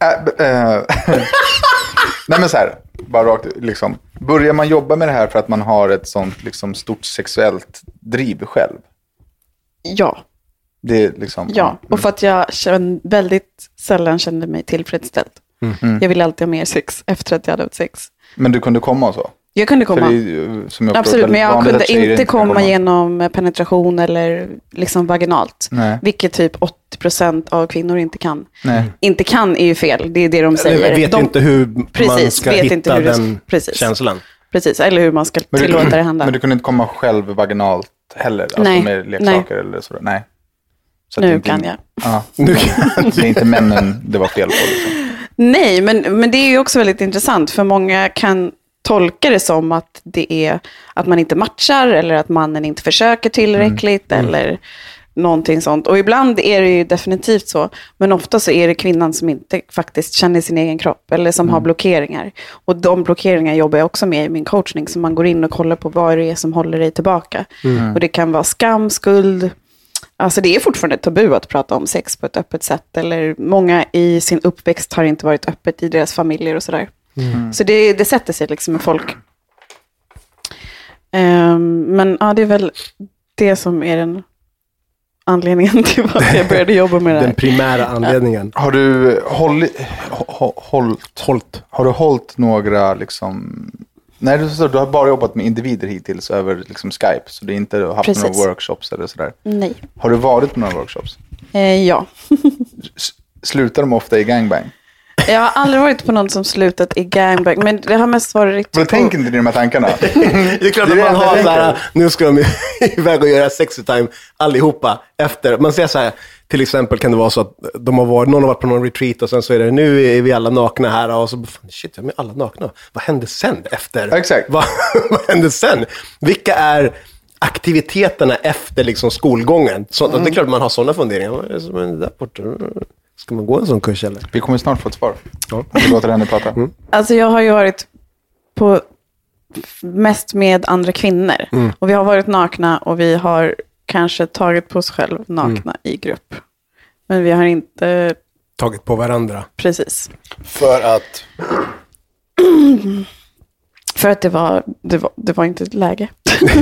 [SPEAKER 5] Äh, b- eh, Nej men så här, bara rakt liksom. Börjar man jobba med det här för att man har ett sånt liksom, stort sexuellt driv själv?
[SPEAKER 1] Ja,
[SPEAKER 5] Det är liksom...
[SPEAKER 1] ja. Och för att jag känn, väldigt sällan kände mig tillfredsställd.
[SPEAKER 5] Mm-hmm.
[SPEAKER 1] Jag ville alltid ha mer sex efter att jag hade haft sex.
[SPEAKER 5] Men du kunde komma och så?
[SPEAKER 1] Jag kunde
[SPEAKER 5] För det är
[SPEAKER 1] komma.
[SPEAKER 5] ju, eh, som jag förstår,
[SPEAKER 1] Absolut, men
[SPEAKER 5] väldigt
[SPEAKER 1] jag
[SPEAKER 5] vanligt att
[SPEAKER 1] kunde
[SPEAKER 5] tjejer
[SPEAKER 1] inte
[SPEAKER 5] kan
[SPEAKER 1] komma genom penetration eller liksom vaginalt.
[SPEAKER 5] Nej.
[SPEAKER 1] Vilket typ 80% av kvinnor inte kan.
[SPEAKER 5] Nej.
[SPEAKER 1] Inte kan är ju fel, det är det de säger.
[SPEAKER 4] Jag vet
[SPEAKER 1] de,
[SPEAKER 4] inte hur man
[SPEAKER 1] Precis,
[SPEAKER 4] ska
[SPEAKER 1] vet
[SPEAKER 4] hitta
[SPEAKER 1] inte hur det-
[SPEAKER 4] den
[SPEAKER 1] precis.
[SPEAKER 4] känslan.
[SPEAKER 1] Precis, eller hur man ska
[SPEAKER 5] Men du,
[SPEAKER 1] tillåta det hända.
[SPEAKER 5] men du kunde inte komma själv vaginalt heller? Alltså
[SPEAKER 1] Nej,
[SPEAKER 5] med leksaker eller sådär? Nej. Så att det
[SPEAKER 1] nu
[SPEAKER 5] inte-
[SPEAKER 1] kan jag.
[SPEAKER 5] Ja. Det är inte männen det var fel på. Liksom.
[SPEAKER 1] Nej, men, men det är ju också väldigt intressant, för många kan tolka det som att det är att man inte matchar eller att mannen inte försöker tillräckligt eller någonting sånt. Och ibland är det ju definitivt så, men ofta så är det kvinnan som inte faktiskt känner sin egen kropp eller som har blockeringar. Och de blockeringar jobbar jag också med i min coachning, så man går in och kollar på vad det är som håller dig tillbaka. Och det kan vara skam, skuld, Alltså det är fortfarande tabu att prata om sex på ett öppet sätt. Eller många i sin uppväxt har inte varit öppet i deras familjer och sådär. Så det, det sätter sig liksom med folk. Ehm, men ja, det är väl det som är den anledningen till varför jag började jobba med det
[SPEAKER 4] Den
[SPEAKER 1] här.
[SPEAKER 4] primära anledningen.
[SPEAKER 5] Har du hållit, hå- hållt,
[SPEAKER 4] Hållt.
[SPEAKER 5] har du hållit några liksom... Nej, du, sa- du har bara jobbat med individer hittills över liksom Skype, så du har inte haft
[SPEAKER 1] Precis.
[SPEAKER 5] några workshops eller sådär.
[SPEAKER 1] Nej.
[SPEAKER 5] Har du varit på några workshops?
[SPEAKER 1] Eh, ja.
[SPEAKER 5] S- slutar de ofta i gangbang?
[SPEAKER 1] Jag har aldrig varit på någon som slutat i gangbang, men det har mest varit...
[SPEAKER 5] Vad tänker inte ni de här tankarna?
[SPEAKER 4] Det är klart
[SPEAKER 5] Det är det
[SPEAKER 4] att man
[SPEAKER 5] enda
[SPEAKER 4] har
[SPEAKER 5] jag
[SPEAKER 4] så här, nu ska de iväg och göra sexy time allihopa efter. Man säger så här, till exempel kan det vara så att de har varit, någon har varit på någon retreat och sen så är det, nu är vi alla nakna här och så, fan, shit, de är alla nakna. Vad hände sen efter?
[SPEAKER 5] Exakt.
[SPEAKER 4] Vad, vad hände sen? Vilka är aktiviteterna efter liksom skolgången? Så,
[SPEAKER 5] Mm.
[SPEAKER 4] Det är klart att man har sådana funderingar. Vad är det som händer där borta? Ska man gå en sån kurs eller?
[SPEAKER 5] Vi kommer snart få ett svar.
[SPEAKER 4] Ja.
[SPEAKER 5] Vi låter henne prata.
[SPEAKER 1] Alltså jag har ju varit på mest med andra kvinnor.
[SPEAKER 4] Mm.
[SPEAKER 1] Och vi har varit nakna och vi har kanske tagit på oss själv nakna
[SPEAKER 4] Mm.
[SPEAKER 1] i grupp. Men vi har inte,
[SPEAKER 4] Tagit på varandra.
[SPEAKER 1] precis.
[SPEAKER 3] För att...
[SPEAKER 1] För att det var, det var, det var inte ett läge.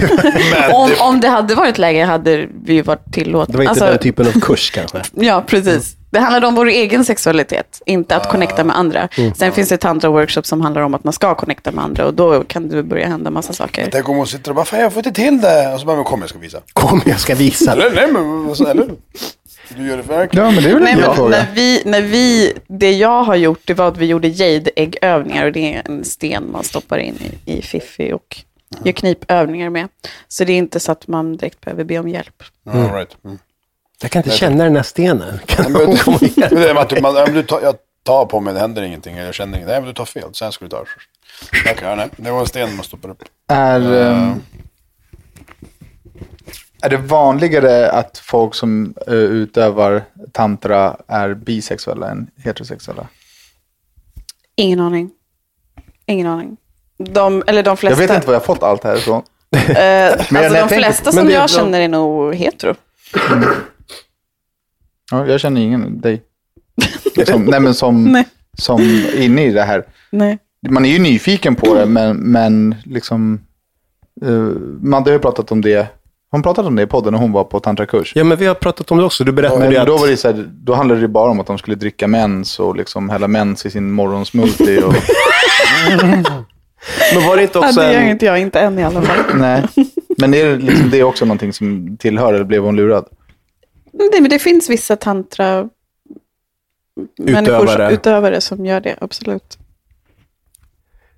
[SPEAKER 1] om, om det hade varit läge hade vi ju varit tillåtna.
[SPEAKER 4] Det var inte
[SPEAKER 1] Alltså,
[SPEAKER 4] den typen Mm. av kurs kanske.
[SPEAKER 1] Ja, precis. Det handlade om vår egen sexualitet, inte
[SPEAKER 4] Ah.
[SPEAKER 1] att connecta med andra.
[SPEAKER 4] Mm.
[SPEAKER 1] Sen finns det tantra-workshops som handlar om att man ska connecta med andra och då kan det börja hända massa saker.
[SPEAKER 3] Tänk om hon sitter och bara, fan jag får inte till det. Och så bara, men kom jag ska visa.
[SPEAKER 4] Kom, jag ska visa dig.
[SPEAKER 3] Eller nej, men alltså, eller? Du gör det verkligen.
[SPEAKER 5] Ja, men det är väl
[SPEAKER 1] Nej,
[SPEAKER 5] en bra
[SPEAKER 1] men
[SPEAKER 5] fråga.
[SPEAKER 1] när vi, när vi, det jag har gjort det var att vi gjorde jadeäggövningar och det är en sten man stoppar in i, i fiffi och gör knipövningar med. Så det är inte så att man direkt behöver be om hjälp.
[SPEAKER 3] All right. Mm.
[SPEAKER 4] Jag kan inte känna den här stenen. Kan
[SPEAKER 3] Men
[SPEAKER 4] någon
[SPEAKER 3] du-
[SPEAKER 4] komma igen?
[SPEAKER 3] men det är med att du- man- ja, men du tar- Jag tar på mig, det händer ingenting. eller Jag känner ingenting. Nej, men du tar fel. Sen ska du ta det först. Okej, ja, nej. Det var en sten man stoppade upp.
[SPEAKER 5] Är, ehm, är det vanligare att folk som eh, utövar tantra är bisexuella än heterosexuella?
[SPEAKER 1] Ingen aning. Ingen aning. De, eller de
[SPEAKER 5] Jag
[SPEAKER 1] flesta,
[SPEAKER 5] vet inte var jag har fått allt det här ifrån.
[SPEAKER 1] eh,
[SPEAKER 5] när jag
[SPEAKER 1] alltså de
[SPEAKER 5] tänker-
[SPEAKER 1] flesta
[SPEAKER 4] men
[SPEAKER 1] som
[SPEAKER 4] det är
[SPEAKER 1] jag
[SPEAKER 4] bra.
[SPEAKER 1] känner är nog hetero.
[SPEAKER 5] Ja, jag känner ingen dig. Som, nej, men som,
[SPEAKER 1] Nej.
[SPEAKER 5] som inne i det här.
[SPEAKER 1] Nej.
[SPEAKER 5] Man är ju nyfiken på det, men, men liksom... Uh, Madde har ju pratat om det. Hon pratade om det i podden när hon var på tantrakurs.
[SPEAKER 4] Ja, men vi har pratat om det också. Du
[SPEAKER 5] Ja,
[SPEAKER 4] berättade
[SPEAKER 5] men
[SPEAKER 4] det att...
[SPEAKER 5] då, var det så här, då handlade det bara om att de skulle dricka mens och liksom hälla mens i sin morgonsmoothie. Och,
[SPEAKER 4] Men var det inte
[SPEAKER 1] Ja,
[SPEAKER 4] också
[SPEAKER 1] det gör
[SPEAKER 4] en...
[SPEAKER 1] inte jag, inte än i alla fall.
[SPEAKER 5] nej. Men är det, liksom, det är också någonting som tillhör, eller blev hon lurad?
[SPEAKER 1] Nej, men det finns vissa tantra...
[SPEAKER 4] Utövare.
[SPEAKER 1] Utövare. utövare som gör det, absolut.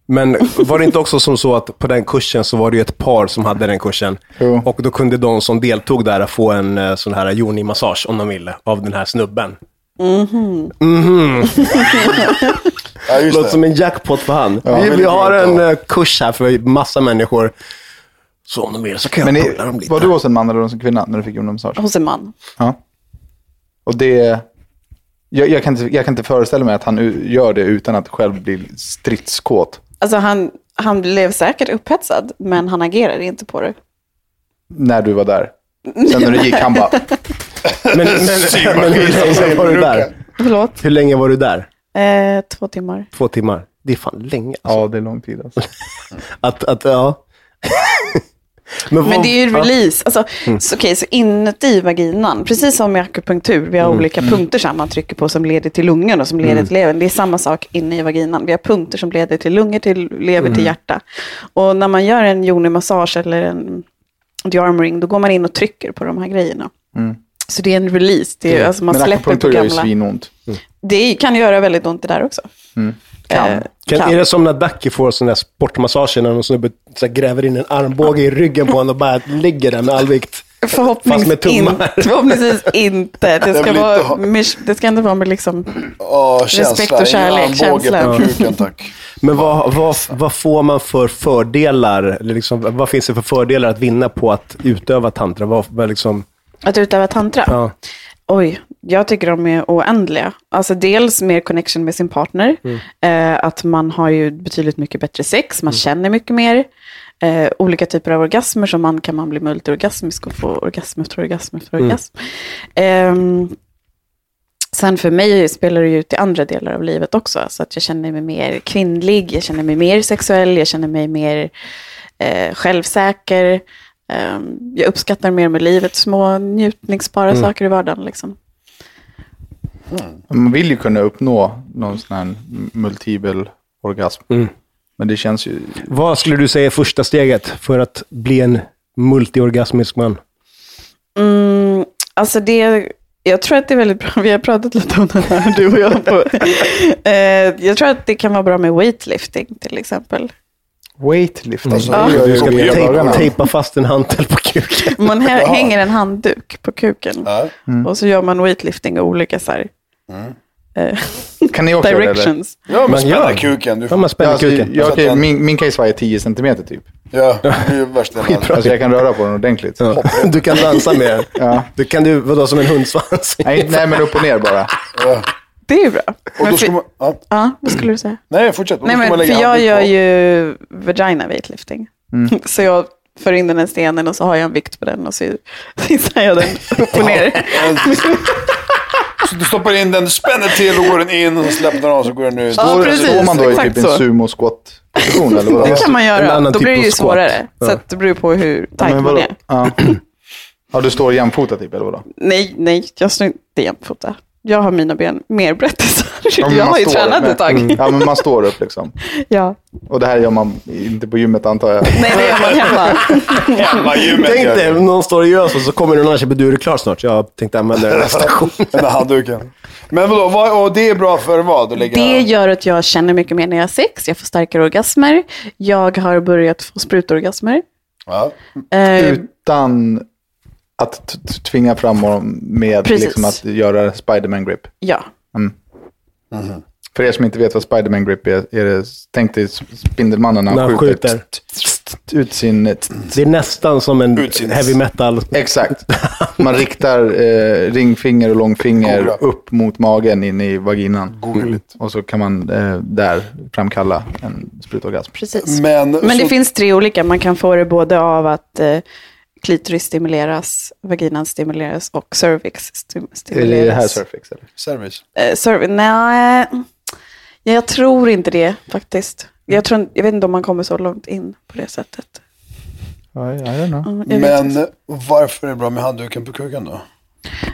[SPEAKER 4] Men var det inte också som så att på den kursen så var det ju ett par som hade den kursen.
[SPEAKER 5] Jo.
[SPEAKER 4] Och då kunde de som deltog där få en eh, sån här yoni-massage om de ville, av den här snubben.
[SPEAKER 3] Ja, just
[SPEAKER 4] Låter
[SPEAKER 3] det.
[SPEAKER 4] som en jackpot för han. vi,
[SPEAKER 5] men
[SPEAKER 4] vi
[SPEAKER 5] det
[SPEAKER 4] har
[SPEAKER 5] är
[SPEAKER 4] en
[SPEAKER 5] bra.
[SPEAKER 4] eh, kurs här för massa människor. Så om de vill så kan
[SPEAKER 5] Men
[SPEAKER 4] jag
[SPEAKER 5] är,
[SPEAKER 4] pulla dem lite.
[SPEAKER 5] var du hos en man eller hos en kvinna när du fick gymnasium?
[SPEAKER 1] Hos en man.
[SPEAKER 5] Ja. Och det... Jag, jag, kan inte, jag kan inte föreställa mig att han u- gör det utan att själv bli stridskåt.
[SPEAKER 1] Alltså han, han blev säkert upphetsad, men han agerade inte på det.
[SPEAKER 5] När du var där. Sen när du gick, han bara...
[SPEAKER 4] Men, men, men hur länge var du där?
[SPEAKER 1] Förlåt.
[SPEAKER 4] Hur länge var du där?
[SPEAKER 1] Eh, två timmar.
[SPEAKER 4] Två timmar? Det är fan länge. Alltså.
[SPEAKER 5] Ja, det är lång tid alltså.
[SPEAKER 4] Att, att, ja.
[SPEAKER 1] Men
[SPEAKER 4] vad-
[SPEAKER 1] det är ju
[SPEAKER 4] ja.
[SPEAKER 1] release. Alltså,
[SPEAKER 5] Mm.
[SPEAKER 1] så, okej, så inuti vaginan, precis som i akupunktur, vi har
[SPEAKER 5] Mm.
[SPEAKER 1] olika punkter som man trycker på som leder till lungorna och som leder till levern. Det är samma sak inne i vaginan. Vi har punkter som leder till lungor, till lever,
[SPEAKER 5] Mm.
[SPEAKER 1] till hjärta. Och när man gör en yoni-massage eller en dearmoring, då går man in och trycker på de här grejerna. Så det är en release. Det är, alltså, man
[SPEAKER 5] Mm. Men
[SPEAKER 1] släpper på
[SPEAKER 5] akupunktur gör ju
[SPEAKER 1] gamla...
[SPEAKER 5] svinont.
[SPEAKER 1] Det kan göra väldigt ont det där också.
[SPEAKER 5] Kan.
[SPEAKER 1] Eh,
[SPEAKER 4] Kan,
[SPEAKER 1] kan.
[SPEAKER 4] är det som när Ducky får sån där sportmassage när någon snubbe så här gräver in en armbåge i ryggen på honom och bara ligger där med all vikt?
[SPEAKER 1] Förhoppnings
[SPEAKER 4] Fast med tummar.
[SPEAKER 1] in- förhoppningsvis inte. Det ska,
[SPEAKER 3] vill
[SPEAKER 1] vara,
[SPEAKER 3] inte ha-
[SPEAKER 1] med- det ska inte vara med liksom
[SPEAKER 3] Ja, känsla.
[SPEAKER 1] Respekt och
[SPEAKER 3] Ingen
[SPEAKER 1] kärlek,
[SPEAKER 3] armbåge
[SPEAKER 1] känsla.
[SPEAKER 3] på kuken, tack.
[SPEAKER 4] Men vad, vad, vad får man för fördelar? Eller Liksom, vad finns det för fördelar att vinna på att utöva tantra? Vad, vad liksom,
[SPEAKER 1] Att utöva tantra?
[SPEAKER 4] Ja.
[SPEAKER 1] Oj, jag tycker de är oändliga. Alltså dels mer connection med sin partner, eh, att man har ju betydligt mycket bättre sex, man känner mycket mer. Eh, olika typer av orgasmer, som man kan man bli multiorgasmisk och få orgasm efter orgasm efter orgasm. Ehm, sen för mig spelar det ju ut i andra delar av livet också, så att jag känner mig mer kvinnlig, jag känner mig mer sexuell, jag känner mig mer eh, självsäker. Ehm, jag uppskattar mer med livet, små njutningsbara
[SPEAKER 3] Mm.
[SPEAKER 1] saker i vardagen. Liksom.
[SPEAKER 5] Man vill ju kunna uppnå någon sån här multibel orgasm. Men det känns ju...
[SPEAKER 4] vad skulle du säga är första steget för att bli en multiorgasmisk man?
[SPEAKER 1] Mm, alltså det, jag tror att det är väldigt bra, vi har pratat lite om det här du och jag. På. Eh, jag tror att det kan vara bra med weightlifting till exempel.
[SPEAKER 5] Weightlifting.
[SPEAKER 3] Alltså,
[SPEAKER 5] Det gör
[SPEAKER 3] du
[SPEAKER 4] Du
[SPEAKER 5] ju
[SPEAKER 4] ska
[SPEAKER 5] olika
[SPEAKER 4] tejpa,
[SPEAKER 5] dagarna.
[SPEAKER 4] tejpa fast en hantel på kuken.
[SPEAKER 1] Man hä- hänger en handduk på kuken
[SPEAKER 3] Ja. Mm.
[SPEAKER 1] och så gör man weightlifting och olika så här, eh,
[SPEAKER 5] Kan ni också göra det? eller?
[SPEAKER 1] directions.
[SPEAKER 3] Ja, men
[SPEAKER 4] Man
[SPEAKER 3] spänna
[SPEAKER 4] gör.
[SPEAKER 3] kuken. Du,
[SPEAKER 4] Ja, man
[SPEAKER 5] Ja,
[SPEAKER 4] spänner
[SPEAKER 5] alltså,
[SPEAKER 4] kuken.
[SPEAKER 5] jag, kan ju- min, min case var jag 10 centimeter typ.
[SPEAKER 3] ja, det är ju värsta
[SPEAKER 5] Alltså jag kan röra på den ordentligt.
[SPEAKER 4] Ja. Du kan dansa med den.
[SPEAKER 5] Ja.
[SPEAKER 4] Du kan du, vadå, som en hundsvans?
[SPEAKER 5] Nej, nej, men upp och ner bara.
[SPEAKER 1] Det är ju bra.
[SPEAKER 3] Och
[SPEAKER 1] Men
[SPEAKER 3] då
[SPEAKER 1] för,
[SPEAKER 3] ska man... Ja.
[SPEAKER 1] ja, vad skulle du säga?
[SPEAKER 3] Nej, fortsätt. Och
[SPEAKER 1] Nej,
[SPEAKER 3] då ska
[SPEAKER 1] men
[SPEAKER 3] man
[SPEAKER 1] för
[SPEAKER 3] lägga
[SPEAKER 1] jag
[SPEAKER 3] handen
[SPEAKER 1] gör
[SPEAKER 3] på.
[SPEAKER 1] ju vagina weightlifting. Så jag för in den här stenen och så har jag en vikt på den och så hissar jag den upp och ner.
[SPEAKER 3] Så du stoppar in den, spänner till och går den in och släpper den av så går den ut.
[SPEAKER 1] Ja,
[SPEAKER 5] Står-
[SPEAKER 1] precis.
[SPEAKER 5] Står man då i
[SPEAKER 1] Exakt
[SPEAKER 5] typ
[SPEAKER 1] så.
[SPEAKER 5] en sumo-squat-position eller vad?
[SPEAKER 1] Det kan man
[SPEAKER 4] En
[SPEAKER 1] göra.
[SPEAKER 4] annan
[SPEAKER 1] Då
[SPEAKER 4] typ
[SPEAKER 1] blir det
[SPEAKER 4] av
[SPEAKER 1] ju
[SPEAKER 4] squat.
[SPEAKER 1] svårare. Så att det beror på hur tajt
[SPEAKER 5] Men
[SPEAKER 1] man
[SPEAKER 5] vadå?
[SPEAKER 1] är.
[SPEAKER 5] Ja. ja, du står jämfota typ eller vadå?
[SPEAKER 1] Nej, nej, jag står inte jämfota. Jag har mina ben mer brett
[SPEAKER 5] Ja, men
[SPEAKER 1] Jag
[SPEAKER 5] man
[SPEAKER 1] har ju
[SPEAKER 5] står
[SPEAKER 1] tränat
[SPEAKER 5] med-
[SPEAKER 1] ett tag.
[SPEAKER 5] Mm. Ja, men man står upp liksom.
[SPEAKER 1] Ja.
[SPEAKER 5] Och det här gör man inte på gymmet antar jag.
[SPEAKER 1] Nej, det gör man hemma.
[SPEAKER 3] Hemma i gymmet.
[SPEAKER 4] Tänk
[SPEAKER 3] gör
[SPEAKER 4] dig,
[SPEAKER 3] jag.
[SPEAKER 4] om någon står och gör så, så kommer det någon och säger du är klar snart. Jag tänkte använda den här stationen.
[SPEAKER 3] Den där handduken. Men vadå, vad, och det är bra för vad? Du lägger
[SPEAKER 1] Det gör att jag känner mycket mer när jag har sex. Jag får starkare orgasmer. Jag har börjat få sprutorgasmer.
[SPEAKER 3] ja.
[SPEAKER 1] Eh,
[SPEAKER 5] Utan att t- t- tvinga fram dem med
[SPEAKER 1] Precis.
[SPEAKER 5] liksom, att göra Spiderman grip.
[SPEAKER 1] ja.
[SPEAKER 5] För er som inte vet vad Spiderman grip är, är det, tänk dig Spindelmannen när
[SPEAKER 4] När
[SPEAKER 5] han
[SPEAKER 4] han
[SPEAKER 5] skjuter,
[SPEAKER 4] skjuter.
[SPEAKER 5] Tst, tst, tst, ut sin... tst, tst.
[SPEAKER 4] Det är nästan som en
[SPEAKER 3] Utsyns.
[SPEAKER 4] heavy metal.
[SPEAKER 5] Exakt. Man riktar eh, ringfinger och långfinger
[SPEAKER 3] Googla.
[SPEAKER 5] upp mot magen in i vaginan. Och så kan man eh, där framkalla en sprutorgasm.
[SPEAKER 1] Precis.
[SPEAKER 3] Men,
[SPEAKER 1] Men det
[SPEAKER 3] så,
[SPEAKER 1] finns tre olika. Man kan få det både av att eh, klitoris stimuleras, vaginan stimuleras och cervix stim-
[SPEAKER 5] Är
[SPEAKER 1] stimuleras.
[SPEAKER 5] det det här surfix? Eller?
[SPEAKER 3] Service.
[SPEAKER 1] Eh, cervi- nej, jag tror inte det faktiskt. Jag, tror, jag vet inte om man kommer så långt in på det sättet.
[SPEAKER 5] I, I don't know.
[SPEAKER 1] Ja, jag vet
[SPEAKER 3] Men
[SPEAKER 1] inte.
[SPEAKER 3] varför är det bra med handduken på kuken då?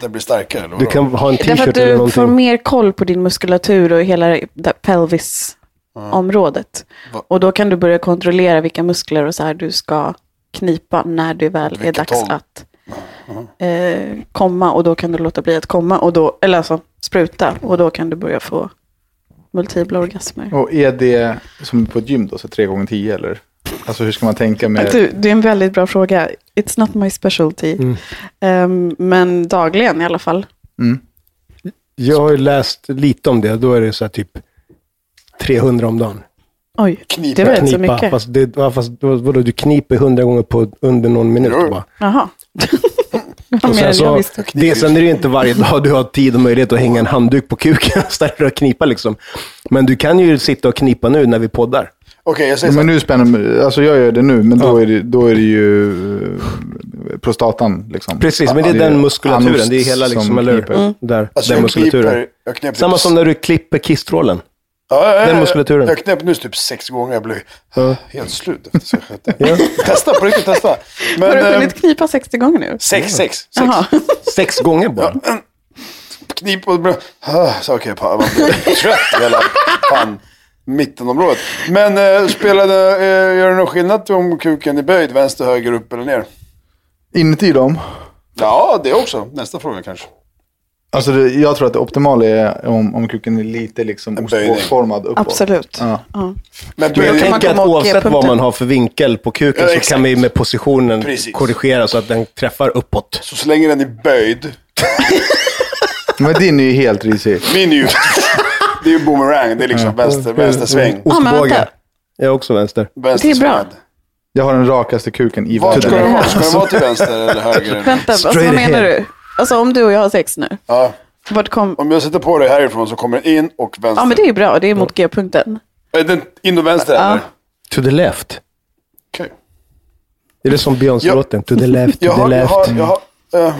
[SPEAKER 3] Det blir starkare eller
[SPEAKER 4] Du
[SPEAKER 3] vadå?
[SPEAKER 4] kan ha en
[SPEAKER 1] Därför att
[SPEAKER 4] t-shirt eller
[SPEAKER 1] du får
[SPEAKER 4] någonting.
[SPEAKER 1] mer koll på din muskulatur och hela det där pelvisområdet.
[SPEAKER 3] Va-
[SPEAKER 1] Och då kan du börja kontrollera vilka muskler och så här du ska knipa när du väl är
[SPEAKER 3] Vilket
[SPEAKER 1] dags
[SPEAKER 3] håll?
[SPEAKER 1] att eh, komma. Och då kan du låta bli att komma, och då, eller alltså spruta. Och då kan du börja få multipla orgasmer.
[SPEAKER 5] Och är det som på ett gym då, så tre gånger tio eller? Alltså hur ska man tänka med...
[SPEAKER 1] Du, det är en väldigt bra fråga. It's not my specialty.
[SPEAKER 5] Mm.
[SPEAKER 1] Ehm, men dagligen i alla fall.
[SPEAKER 5] Mm.
[SPEAKER 4] Jag har ju läst lite om det. Då är det så här typ 300 om dagen.
[SPEAKER 1] Oj,
[SPEAKER 3] Knipa.
[SPEAKER 1] det var inte så
[SPEAKER 4] Knipa.
[SPEAKER 1] mycket.
[SPEAKER 4] Fast, det, ja, fast då- vadå, du kniper 100 gånger på under någon minut.
[SPEAKER 3] Jo.
[SPEAKER 4] Bara.
[SPEAKER 1] Jaha. Vad
[SPEAKER 4] Och
[SPEAKER 1] mer än
[SPEAKER 4] sen,
[SPEAKER 1] jag
[SPEAKER 4] så,
[SPEAKER 1] visste.
[SPEAKER 4] det, sen är det ju inte varje dag du har tid och möjlighet att hänga en handduk på kuken och ställa dig och knipa liksom. Men du kan ju sitta och knipa nu när vi poddar.
[SPEAKER 3] Okej, jag säger så
[SPEAKER 5] Men
[SPEAKER 3] här.
[SPEAKER 5] nu spänner man, alltså jag gör det nu, men då, är, det, då är det ju eh, prostatan. Liksom.
[SPEAKER 4] Precis, men det är
[SPEAKER 5] Ja,
[SPEAKER 4] den muskulaturen.
[SPEAKER 5] anus
[SPEAKER 4] Det är hela liksom,
[SPEAKER 5] som Mm.
[SPEAKER 4] eller
[SPEAKER 5] kniper.
[SPEAKER 4] hur? Där,
[SPEAKER 3] Alltså,
[SPEAKER 4] den
[SPEAKER 3] jag kniper-
[SPEAKER 4] muskulaturen.
[SPEAKER 3] jag knäpper-
[SPEAKER 4] Samma som när du klipper kisstrålen.
[SPEAKER 3] Ja, ja, ja,
[SPEAKER 4] den
[SPEAKER 3] ja.
[SPEAKER 4] muskulaturen.
[SPEAKER 3] Jag knäppte nyss typ sex gånger. Jag blev helt slut. efter så skönt det.
[SPEAKER 4] Ja.
[SPEAKER 3] testa, på riktigt testa. Men,
[SPEAKER 1] Har du
[SPEAKER 3] ehm,
[SPEAKER 1] hunnit knipa 60 gånger nu?
[SPEAKER 3] Sex, sex, sex.
[SPEAKER 1] Jaha.
[SPEAKER 4] Sex gånger bara.
[SPEAKER 3] knip och bröst. Så okej, fan, man blir trött i hela fan, mittenområdet. Men eh, spelade, eh, gör det någon skillnad om kuken är böjd vänster, höger, upp eller ner?
[SPEAKER 5] Inuti dem.
[SPEAKER 3] Ja, det också. Nästa fråga kanske.
[SPEAKER 5] Alltså det, jag tror att det optimala är om, om kuken är lite liksom
[SPEAKER 3] böjning.
[SPEAKER 5] ostbågsformad uppåt.
[SPEAKER 1] Absolut.
[SPEAKER 5] Ja.
[SPEAKER 3] Men
[SPEAKER 4] Men
[SPEAKER 3] böjning-
[SPEAKER 4] jag
[SPEAKER 1] man
[SPEAKER 4] tänker att
[SPEAKER 1] komma åt
[SPEAKER 4] oavsett vad
[SPEAKER 1] G-punkten?
[SPEAKER 4] man har för vinkel på kuken
[SPEAKER 3] Ja,
[SPEAKER 4] så
[SPEAKER 3] exakt.
[SPEAKER 4] kan vi med positionen
[SPEAKER 3] Precis.
[SPEAKER 4] korrigera så att den träffar uppåt.
[SPEAKER 3] Så, så länge den är böjd.
[SPEAKER 5] Men din är ju helt risig.
[SPEAKER 3] Min är ju... det är ju boomerang. Det är liksom vänster, vänster sväng.
[SPEAKER 1] Ja, men
[SPEAKER 4] Ostbåge.
[SPEAKER 1] vänta.
[SPEAKER 4] jag är också vänster.
[SPEAKER 3] Vänster
[SPEAKER 1] Det är bra.
[SPEAKER 3] sväng.
[SPEAKER 5] Jag har den rakaste kuken i
[SPEAKER 3] Vad
[SPEAKER 5] världen.
[SPEAKER 3] ska den vara? Ska den vara till vänster eller höger?
[SPEAKER 1] Vänta, alltså,
[SPEAKER 4] Straight
[SPEAKER 1] vad menar
[SPEAKER 4] ahead.
[SPEAKER 1] du? Alltså om du och jag har sex nu,
[SPEAKER 3] Ja.
[SPEAKER 1] vart kom...
[SPEAKER 3] Om jag sätter på dig härifrån så kommer den in och vänster.
[SPEAKER 1] Ja, men det är ju bra. Det är mot G-punkten.
[SPEAKER 3] Är den in och vänster eller?
[SPEAKER 4] To the left.
[SPEAKER 3] Okej.
[SPEAKER 4] Är det som Beyoncé-låten? To the left, to
[SPEAKER 3] Jag
[SPEAKER 4] the
[SPEAKER 3] har, jag
[SPEAKER 4] left.
[SPEAKER 3] har, jag har, eh,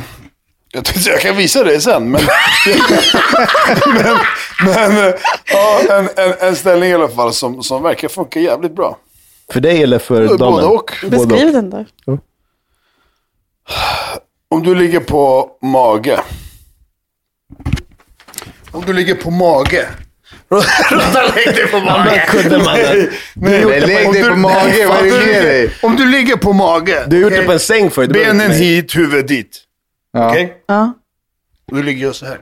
[SPEAKER 3] jag tänkte jag kan visa dig sen, men... men men eh, ja, en, en, en ställning i alla fall som, som verkar funka jävligt bra.
[SPEAKER 4] För dig eller för damen?
[SPEAKER 3] Både och.
[SPEAKER 1] Beskriv den då.
[SPEAKER 3] Om du ligger på mage. Om du ligger på mage. Råtta, lägg dig på mage. Nej, nej.
[SPEAKER 5] Nej, lägg
[SPEAKER 3] Om
[SPEAKER 5] dig
[SPEAKER 3] du-
[SPEAKER 5] på mage,
[SPEAKER 3] Nej,
[SPEAKER 5] vad är
[SPEAKER 3] fan,
[SPEAKER 5] det
[SPEAKER 3] du
[SPEAKER 5] med
[SPEAKER 3] ligger-
[SPEAKER 5] dig?
[SPEAKER 3] Om du ligger på mage.
[SPEAKER 4] Du har gjort
[SPEAKER 3] okej?
[SPEAKER 4] det på en säng förut. det behöver
[SPEAKER 3] Benen
[SPEAKER 4] inte-
[SPEAKER 3] hit, huvudet dit.
[SPEAKER 5] Ja.
[SPEAKER 3] Okej?
[SPEAKER 1] Ja.
[SPEAKER 3] Och då ligger jag så här.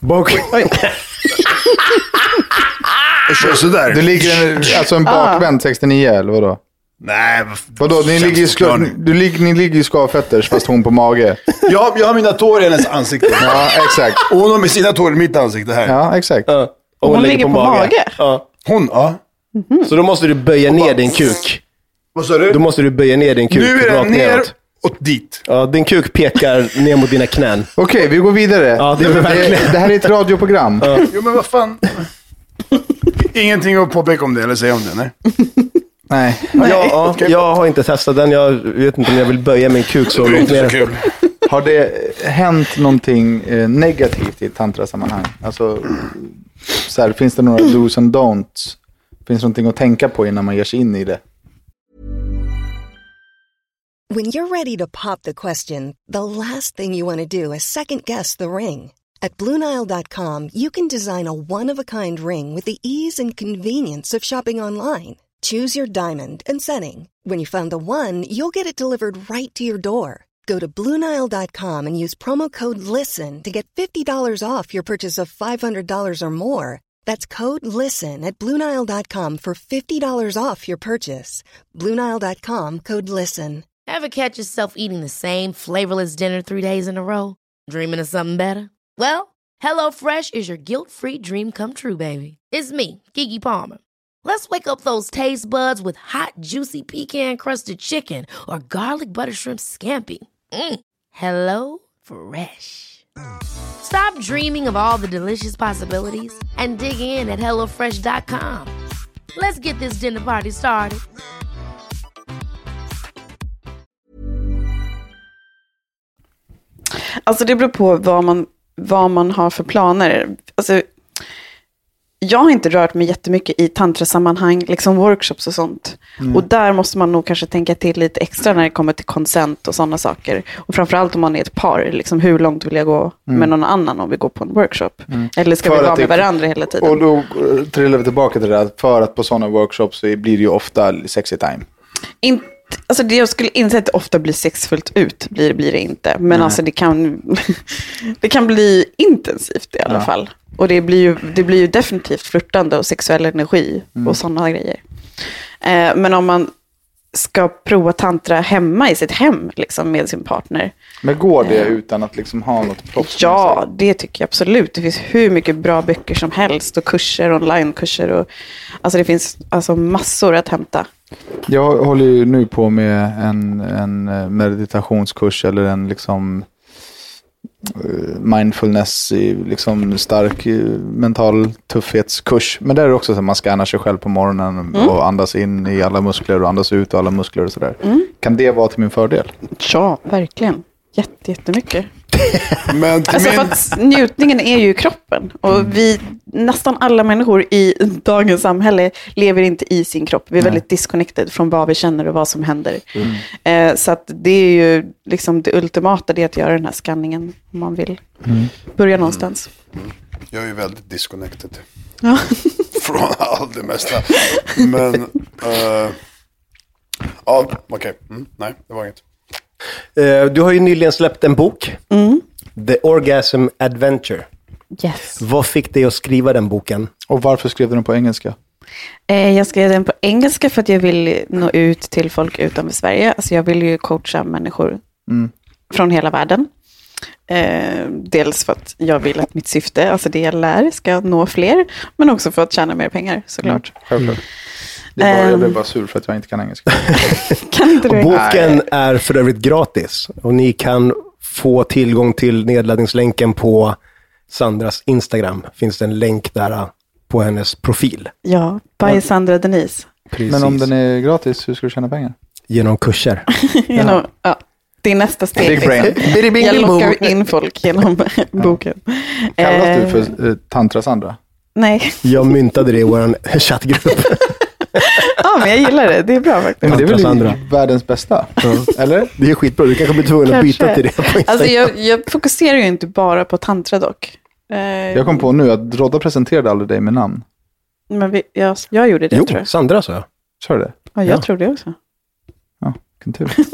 [SPEAKER 4] Bak.
[SPEAKER 3] Jag kör sådär.
[SPEAKER 5] Du ligger en, alltså en bakvänd 69 eller vadå?
[SPEAKER 3] Nej,
[SPEAKER 5] Vadå, ni ligger, i skla, du, lig- ni ligger i skavfötters fast hon på mage.
[SPEAKER 3] jag, jag har mina tår i hennes ansikte.
[SPEAKER 5] Ja, exakt.
[SPEAKER 3] Och hon har med sina tår i mitt ansikte här.
[SPEAKER 5] Ja, exakt.
[SPEAKER 4] Ja. Och
[SPEAKER 1] Hon ligger på mage. Mm.
[SPEAKER 4] Ja.
[SPEAKER 3] Hon, ja.
[SPEAKER 4] Så då måste du böja ner din kuk.
[SPEAKER 3] Vad sa du?
[SPEAKER 4] Då måste du böja ner din kuk
[SPEAKER 3] nu är
[SPEAKER 4] rakt
[SPEAKER 3] den ner
[SPEAKER 4] neråt.
[SPEAKER 3] och dit.
[SPEAKER 4] Ja, din kuk pekar ner mot dina knän.
[SPEAKER 5] Okej, vi går vidare.
[SPEAKER 4] Ja, det är väl verkligen-
[SPEAKER 5] det här är ett radioprogram.
[SPEAKER 3] Jo, men vad fan. Ingenting att påpeka om det eller säga om det, nej.
[SPEAKER 5] Nej.
[SPEAKER 4] Ja, ja, jag har inte testat den. Jag vet inte om jag vill böja min kuk så
[SPEAKER 3] Det är
[SPEAKER 4] långt
[SPEAKER 3] inte så
[SPEAKER 4] ner.
[SPEAKER 3] kul.
[SPEAKER 5] Har det hänt någonting eh, negativt i tantrasammanhang? Alltså, så här, finns det några do's and don'ts? Finns det någonting att tänka på innan man ger sig in i det?
[SPEAKER 6] When you're ready to pop the question, the last thing you want to do is second guess the ring. At Bluenile.com, you can design a one of a kind ring with the ease and convenience of shopping online. Choose your diamond and setting. When you find the one, you'll get it delivered right to your door. Go to Bluenile.com and use promo code LISTEN to get $50 off your purchase of $500 or more. That's code LISTEN at Bluenile.com for $50 off your purchase. Bluenile.com code LISTEN.
[SPEAKER 7] Ever catch yourself eating the same flavorless dinner three days in a row? Dreaming of something better? Well, HelloFresh is your guilt free dream come true, baby. It's me, Gigi Palmer. Let's wake up those taste buds with hot, juicy pecan crusted chicken or garlic butter shrimp scampi. Mm. Hello Fresh. Stop dreaming of all the delicious possibilities and dig in at HelloFresh.com. Let's get this dinner party started.
[SPEAKER 1] Alltså det beror på vad man, vad man har för planer. Alltså, jag har inte rört mig jättemycket i tantrasammanhang, liksom workshops och sånt.
[SPEAKER 5] Mm.
[SPEAKER 1] Och där måste man nog kanske tänka till lite extra när det kommer till konsent och sådana saker. Och framförallt om man är ett par, liksom hur långt vill jag gå med någon annan om vi går på en workshop? Eller ska
[SPEAKER 5] Mm. För
[SPEAKER 1] vi
[SPEAKER 5] att
[SPEAKER 1] vara
[SPEAKER 5] det-
[SPEAKER 1] med varandra hela tiden?
[SPEAKER 5] Och då eh, trillar vi tillbaka till det där, för att på sådana workshops så blir det ju ofta sexy time.
[SPEAKER 1] Inte, alltså det jag skulle inte säga att det ofta blir sexfullt ut, blir, blir det inte. Men alltså det kan, det kan bli intensivt i alla fall. Och det blir, ju, det blir ju definitivt flörtande och sexuell energi och sådana grejer. Eh, men om man ska prova tantra hemma i sitt hem liksom, med sin partner.
[SPEAKER 5] Men går det utan att liksom ha något proffs med sig?
[SPEAKER 1] Ja, det tycker jag absolut. Det finns hur mycket bra böcker som helst och kurser, onlinekurser. Och, alltså det finns alltså, massor att hämta.
[SPEAKER 5] Jag håller ju nu på med en, en eh, meditationskurs eller en liksom eh, mindfulness, i liksom stark eh, mental tuffhetskurs. Men där är det också så att man scannar sig själv på morgonen och andas in i alla muskler och andas ut i alla muskler och sådär. Kan det vara till min fördel?
[SPEAKER 1] Ja, verkligen. Jätte, jättemycket.
[SPEAKER 3] Men till
[SPEAKER 1] Alltså
[SPEAKER 3] min...
[SPEAKER 1] för att njutningen är ju i kroppen. Och vi, nästan alla människor i dagens samhälle lever inte i sin kropp. Vi är väldigt disconnected från vad vi känner och vad som händer. Eh, så att det är ju liksom det ultimata, det är att göra den här skanningen om man vill börja någonstans.
[SPEAKER 3] Jag är ju väldigt disconnected
[SPEAKER 1] Ja.
[SPEAKER 3] från allt det mesta. Men... eh, ja, okej. Mm, nej, det var inget.
[SPEAKER 4] Eh, Du har ju nyligen släppt en bok. The Orgasm Adventure.
[SPEAKER 1] Mm. Yes.
[SPEAKER 4] Vad fick dig att skriva den boken?
[SPEAKER 5] Och varför skrev du den på engelska?
[SPEAKER 1] Eh, jag skrev den på engelska för att jag vill nå ut till folk utanför Sverige. Alltså jag vill ju coacha människor
[SPEAKER 5] Mm.
[SPEAKER 1] från hela världen. Eh, dels för att jag vill att mitt syfte, alltså det jag lär, ska nå fler. Men också för att tjäna mer pengar såklart.
[SPEAKER 5] Självklart. Det är bara, jag
[SPEAKER 1] Ehm.
[SPEAKER 5] blev bara sur för att jag inte kan engelska.
[SPEAKER 1] Kan inte du?
[SPEAKER 4] Boken är för övrigt gratis och ni kan få tillgång till nedladdningslänken på Sandras Instagram. Finns det en länk där eh, på hennes profil.
[SPEAKER 1] Ja, by Sandra Denise.
[SPEAKER 4] Precis.
[SPEAKER 5] Men om den är gratis, hur ska du tjäna pengar?
[SPEAKER 4] Genom kurser.
[SPEAKER 1] Genom, ja, det är nästa steg.
[SPEAKER 5] Big brain.
[SPEAKER 1] liksom. Jag lockar in folk genom boken.
[SPEAKER 5] Kallas du
[SPEAKER 1] Eh,
[SPEAKER 5] för eh, Tantra-Sandra?
[SPEAKER 1] Nej,
[SPEAKER 4] Jag myntade det i vår chattgrupp.
[SPEAKER 1] ja, men jag gillar det. Det är bra faktiskt.
[SPEAKER 5] Nej, men det är väl
[SPEAKER 4] Tantra-Sandra.
[SPEAKER 5] världens bästa? Eller?
[SPEAKER 4] Det är skitbra. Du kanske blir tvungen att byta
[SPEAKER 1] Kanske.
[SPEAKER 4] till det på Instagram.
[SPEAKER 1] Alltså jag, jag fokuserar ju inte bara på tantra dock. Eh,
[SPEAKER 5] Jag kom på nu att Rodda presenterade aldrig dig med namn.
[SPEAKER 1] Men vi, jag, jag gjorde det
[SPEAKER 4] Jo,
[SPEAKER 1] tror jag.
[SPEAKER 4] Sandra sa jag.
[SPEAKER 5] Kör det?
[SPEAKER 1] Ja, jag
[SPEAKER 4] ja.
[SPEAKER 1] tror det också.
[SPEAKER 5] Ja, vilken tur.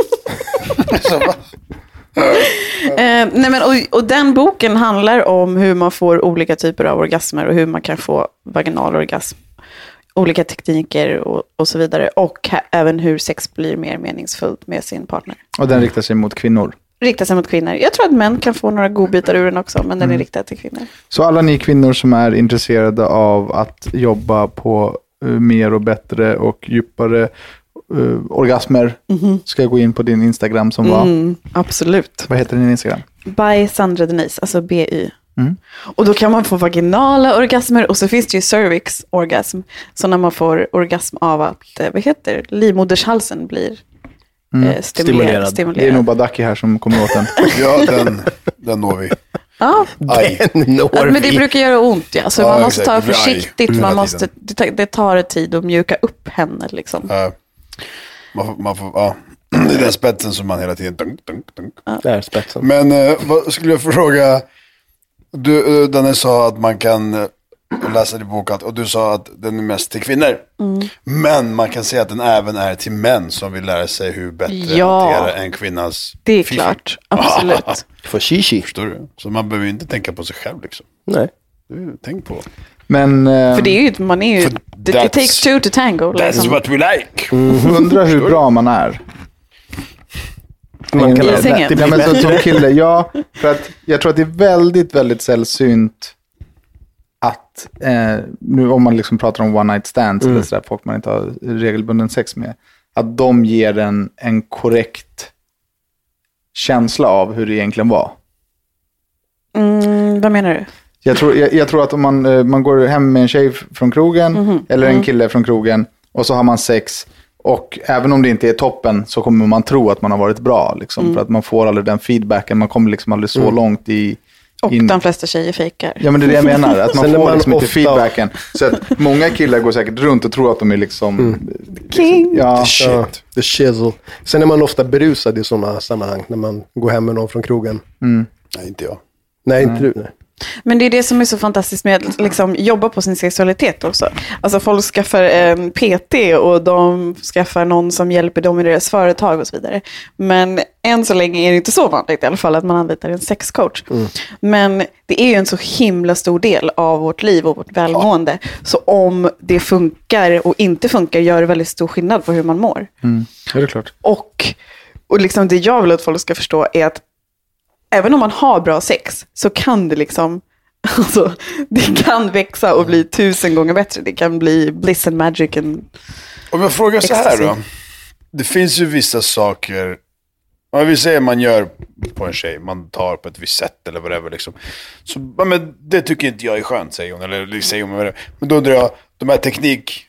[SPEAKER 1] Eh, nej men, och, och den boken handlar om hur man får olika typer av orgasmer och hur man kan få vaginal orgasm. Olika tekniker och, och så vidare. Och ha, även hur sex blir mer meningsfullt med sin partner.
[SPEAKER 5] Och den riktar sig mot kvinnor.
[SPEAKER 1] Riktar sig mot kvinnor. Jag tror att män kan få några godbitar ur den också, men den är riktad till kvinnor.
[SPEAKER 5] Så alla ni kvinnor som är intresserade av att jobba på eh, mer och bättre och djupare eh, orgasmer ska gå in på din Instagram som var,
[SPEAKER 1] Mhm. Mm, absolut.
[SPEAKER 5] vad heter din Instagram?
[SPEAKER 1] By Sandra Denise, alltså BY.
[SPEAKER 5] Mm.
[SPEAKER 1] Och då kan man få vaginala orgasmer och så finns det ju cervix orgasm. Så när man får orgasm av att, eh, vad heter det, livmodershalsen blir eh, stimulerad.
[SPEAKER 4] Stimulerad.
[SPEAKER 5] Det är nog
[SPEAKER 1] stimulerad.
[SPEAKER 5] bara Daki här som kommer åt den.
[SPEAKER 3] Ja, den, den når vi.
[SPEAKER 1] Ja,
[SPEAKER 3] Aj.
[SPEAKER 4] Når
[SPEAKER 1] men det
[SPEAKER 4] vi.
[SPEAKER 1] bruktar göra ont. Ja. Så
[SPEAKER 3] Ja,
[SPEAKER 1] man måste
[SPEAKER 3] exakt.
[SPEAKER 1] ta det
[SPEAKER 3] Det blir arg
[SPEAKER 1] försiktigt.
[SPEAKER 3] hela
[SPEAKER 1] Man måste, det, tar- det tar tid att mjuka upp henne. Liksom.
[SPEAKER 3] Eh, man får, man får, ja. Det är den spetsen som man hela tiden... Dunk, dunk, dunk.
[SPEAKER 4] Där, spetsen.
[SPEAKER 3] Men eh, vad skulle jag fråga? Du, eh, Danne sa att man kan eh, läsa din bok att- och du sa att den är mest till kvinnor.
[SPEAKER 1] Mm.
[SPEAKER 3] Men man kan säga att den även är till män som vill lära sig hur bättre
[SPEAKER 1] Ja.
[SPEAKER 3] hantera en kvinnas
[SPEAKER 1] Det är
[SPEAKER 3] fifi.
[SPEAKER 1] klart, absolut.
[SPEAKER 4] För shishi.
[SPEAKER 3] Förstår du? Så man behöver ju inte tänka på sig själv liksom.
[SPEAKER 4] Nej.
[SPEAKER 3] Du, tänk på.
[SPEAKER 5] Men eh,
[SPEAKER 1] För det är ju, man är ju,
[SPEAKER 3] För
[SPEAKER 1] it takes
[SPEAKER 3] that's-
[SPEAKER 1] two to tango.
[SPEAKER 3] That's
[SPEAKER 1] Liksom.
[SPEAKER 3] what we like.
[SPEAKER 5] eh, undra hur bra man är.
[SPEAKER 4] Man
[SPEAKER 1] I
[SPEAKER 4] kan
[SPEAKER 1] sängen.
[SPEAKER 4] det
[SPEAKER 5] Ja,
[SPEAKER 4] blir
[SPEAKER 5] men som, som kille, ja. För att jag tror att det är väldigt, väldigt sällsynt att, eh, nu om man liksom pratar om one night stands eller sådär, folk man inte har regelbunden sex med, att de ger en, en korrekt känsla av hur det egentligen var.
[SPEAKER 1] Mm, vad menar du?
[SPEAKER 5] Jag tror, jag, jag tror att om man, eh, man går hem med en tjej f- från krogen
[SPEAKER 4] Mhm.
[SPEAKER 5] eller
[SPEAKER 4] Mm.
[SPEAKER 5] en kille från krogen och så har man sex och även om det inte är toppen så kommer man tro att man har varit bra. Liksom,
[SPEAKER 4] Mm.
[SPEAKER 5] För att man får aldrig den feedbacken, man kommer liksom aldrig så långt i...
[SPEAKER 1] Och
[SPEAKER 5] in-
[SPEAKER 1] de flesta tjejer fejkar.
[SPEAKER 5] Ja men det är det jag menar, att man
[SPEAKER 4] Sen är
[SPEAKER 5] får
[SPEAKER 4] man
[SPEAKER 5] liksom inte
[SPEAKER 4] ofta-
[SPEAKER 5] feedbacken. Så att många killar går säkert runt och tror att de är liksom...
[SPEAKER 1] King.
[SPEAKER 5] Ja,
[SPEAKER 3] Shit.
[SPEAKER 4] Mm. Ja, the shizzle. Sen är man ofta berusad i sådana sammanhang, när man går hem med någon från krogen.
[SPEAKER 3] Nej, inte jag.
[SPEAKER 4] Nej, inte du. Nej.
[SPEAKER 1] Men det är det som är så fantastiskt med att liksom, jobba på sin sexualitet också. Alltså folk skaffar en PT och de skaffar någon som hjälper dem i deras företag och så vidare. Men än så länge är det inte så vanligt i alla fall att man anlitar en sexcoach. Men det är ju en så himla stor del av vårt liv och vårt välmående. Så om det funkar och inte funkar gör det väldigt stor skillnad på hur man mår.
[SPEAKER 5] det är klart.
[SPEAKER 1] Och, och liksom det jag vill att folk ska förstå är att även om man har bra sex så kan det liksom, alltså, det kan växa och bli tusen gånger bättre. Det kan bli bliss and magic. And,
[SPEAKER 3] Om jag frågar så här då.
[SPEAKER 1] Ecstasy.
[SPEAKER 3] Det finns ju vissa saker, om vi säger man gör på en tjej, man tar på ett visst sätt eller whatever liksom. Så, ja, men det tycker inte jag är skönt, säger hon. Eller liksom, säger hon, men då undrar jag, de här tekniksätten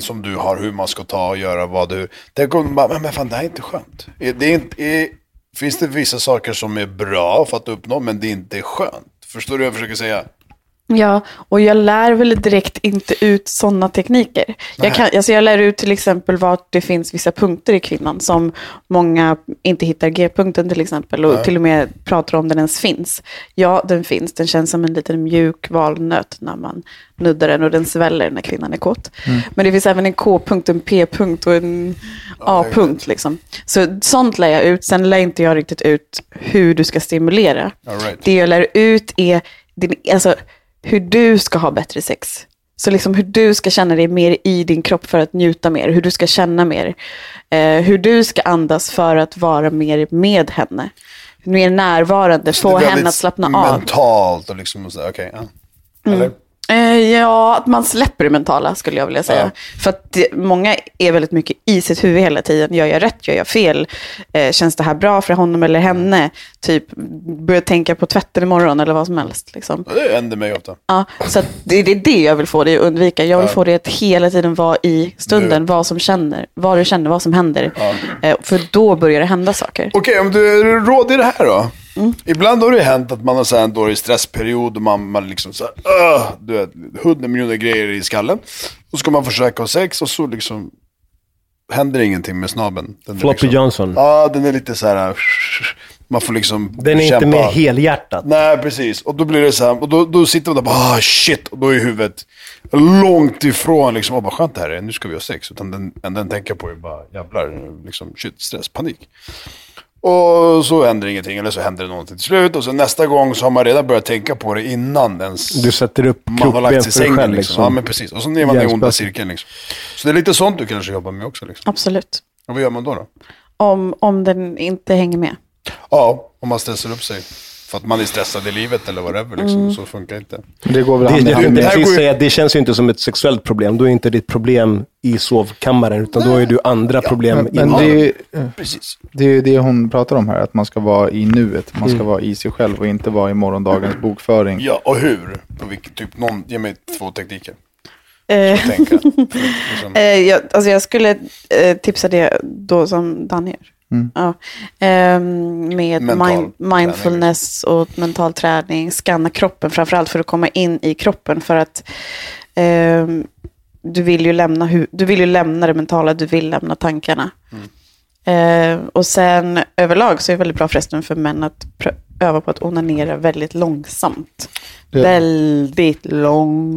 [SPEAKER 3] som du har, hur man ska ta och göra vad du... Tänk om bara, men, men fan det här är inte skönt. Är, det är inte, är, finns det vissa saker som är bra för att uppnå, men det inte är skönt? Förstår du vad jag försöker säga?
[SPEAKER 1] ja, och jag lär väl direkt inte ut sådana tekniker. Jag, kan, alltså jag lär ut till exempel vart det finns vissa punkter i kvinnan som många inte hittar G-punkten till exempel och till och med pratar om den ens finns. Ja, den finns. Den känns som en liten mjuk valnöt när man nuddar den och den sväller när kvinnan är kåt.
[SPEAKER 3] Mm.
[SPEAKER 1] Men det finns även en K-punkt, en P-punkt och en A-punkt. Liksom. Så sånt lär jag ut. Sen lär inte jag riktigt ut hur du ska stimulera.
[SPEAKER 3] All right.
[SPEAKER 1] Det jag lär ut är din, alltså, hur du ska ha bättre sex. Så liksom hur du ska känna dig mer i din kropp för att njuta mer, hur du ska känna mer, eh, hur du ska andas för att vara mer med henne. Mer närvarande, få
[SPEAKER 3] Det är
[SPEAKER 1] henne
[SPEAKER 3] väldigt
[SPEAKER 1] att slappna av.
[SPEAKER 3] Mentalt och liksom, och så, okej. ja. Eller?
[SPEAKER 1] Eh, ja, att man släpper det mentala skulle jag vilja säga. För att det, många är väldigt mycket i sitt huvud hela tiden. Gör jag rätt? Gör jag fel? Eh, känns det här bra för honom eller henne? Typ, börja tänka på tvätten imorgon eller vad som helst. Liksom.
[SPEAKER 3] Det händer mig ofta.
[SPEAKER 1] Ja, så att det, det är det jag vill få dig att undvika. Jag vill få dig att hela tiden vara i stunden, vad som känner, vad du känner, vad som händer. Eh, För då börjar det hända saker.
[SPEAKER 3] Okej, om du råd i det här då? Ibland har det ju hänt att man har så här en dålig stressperiod och man, man liksom så här, "Åh", du vet, hundra miljoner grejer i skallen. Och så ska man försöka ha sex och så liksom händer ingenting med snabben. Den är
[SPEAKER 4] Floppy
[SPEAKER 3] liksom,
[SPEAKER 4] Johnson.
[SPEAKER 3] Ja, den är lite så här, man får liksom
[SPEAKER 4] Den är
[SPEAKER 3] kämpa.
[SPEAKER 4] inte med helhjärtat.
[SPEAKER 3] Nej, precis. Och då blir det så här, och då, då sitter man där och bara ah, shit, och då är huvudet långt ifrån liksom, och bara skönt det här är, nu ska vi ha sex. Utan den, den, den tänker på är bara jävlar, liksom shit, stress, panik. Och så händer ingenting, eller så händer det någonting till slut. Och så nästa gång så har man redan börjat tänka på det innan ens
[SPEAKER 4] Du sätter upp
[SPEAKER 3] man har
[SPEAKER 4] krokben
[SPEAKER 3] lagt sig i
[SPEAKER 4] för dig
[SPEAKER 3] sängen.
[SPEAKER 4] själv.
[SPEAKER 3] Liksom.
[SPEAKER 4] Liksom.
[SPEAKER 3] Ja, men precis. Och så är man i onda
[SPEAKER 4] Hjärnspöket.
[SPEAKER 3] cirkeln liksom. Så det är lite sånt du kanske jobbar med också liksom.
[SPEAKER 1] Absolut.
[SPEAKER 3] Och vad gör man då? då?
[SPEAKER 1] Om, om den inte hänger med.
[SPEAKER 3] Ja, om man stressar upp sig. För att man är stressad i livet eller whatever liksom.
[SPEAKER 4] Mm.
[SPEAKER 3] Så funkar det inte.
[SPEAKER 5] Det går väl
[SPEAKER 4] Det,
[SPEAKER 5] hand i
[SPEAKER 4] det,
[SPEAKER 5] hand
[SPEAKER 4] det,
[SPEAKER 5] med...
[SPEAKER 3] här går ju-
[SPEAKER 4] säga, det känns ju inte som ett sexuellt problem. Då är inte ditt problem i sovkammaren, utan då är du andra problem
[SPEAKER 5] Men, men
[SPEAKER 4] innan.
[SPEAKER 5] det är ju,
[SPEAKER 3] Precis.
[SPEAKER 5] det är ju det hon pratar om här, att man ska vara i nuet. Man ska
[SPEAKER 4] Mm.
[SPEAKER 5] vara i sig själv och inte vara i morgondagens bokföring.
[SPEAKER 3] Ja, och hur? På vilket, typ någon, ge mig två tekniker.
[SPEAKER 1] Eh,
[SPEAKER 3] Tänka. För att liksom,
[SPEAKER 1] eh, jag, alltså jag skulle eh, tipsa det då som Dan gör. Ja. Ehm, med
[SPEAKER 3] Mm. Mental
[SPEAKER 1] mind,
[SPEAKER 3] träning. liksom.
[SPEAKER 1] mindfulness och mental träning. Skanna kroppen framförallt för att komma in i kroppen. För att ehm, du, vill ju lämna hu- du vill ju lämna det mentala, du vill lämna tankarna.
[SPEAKER 3] Mm.
[SPEAKER 1] Eh, och sen överlag så är det väldigt bra förresten för män att prö- öva på att onanera väldigt långsamt. Väldigt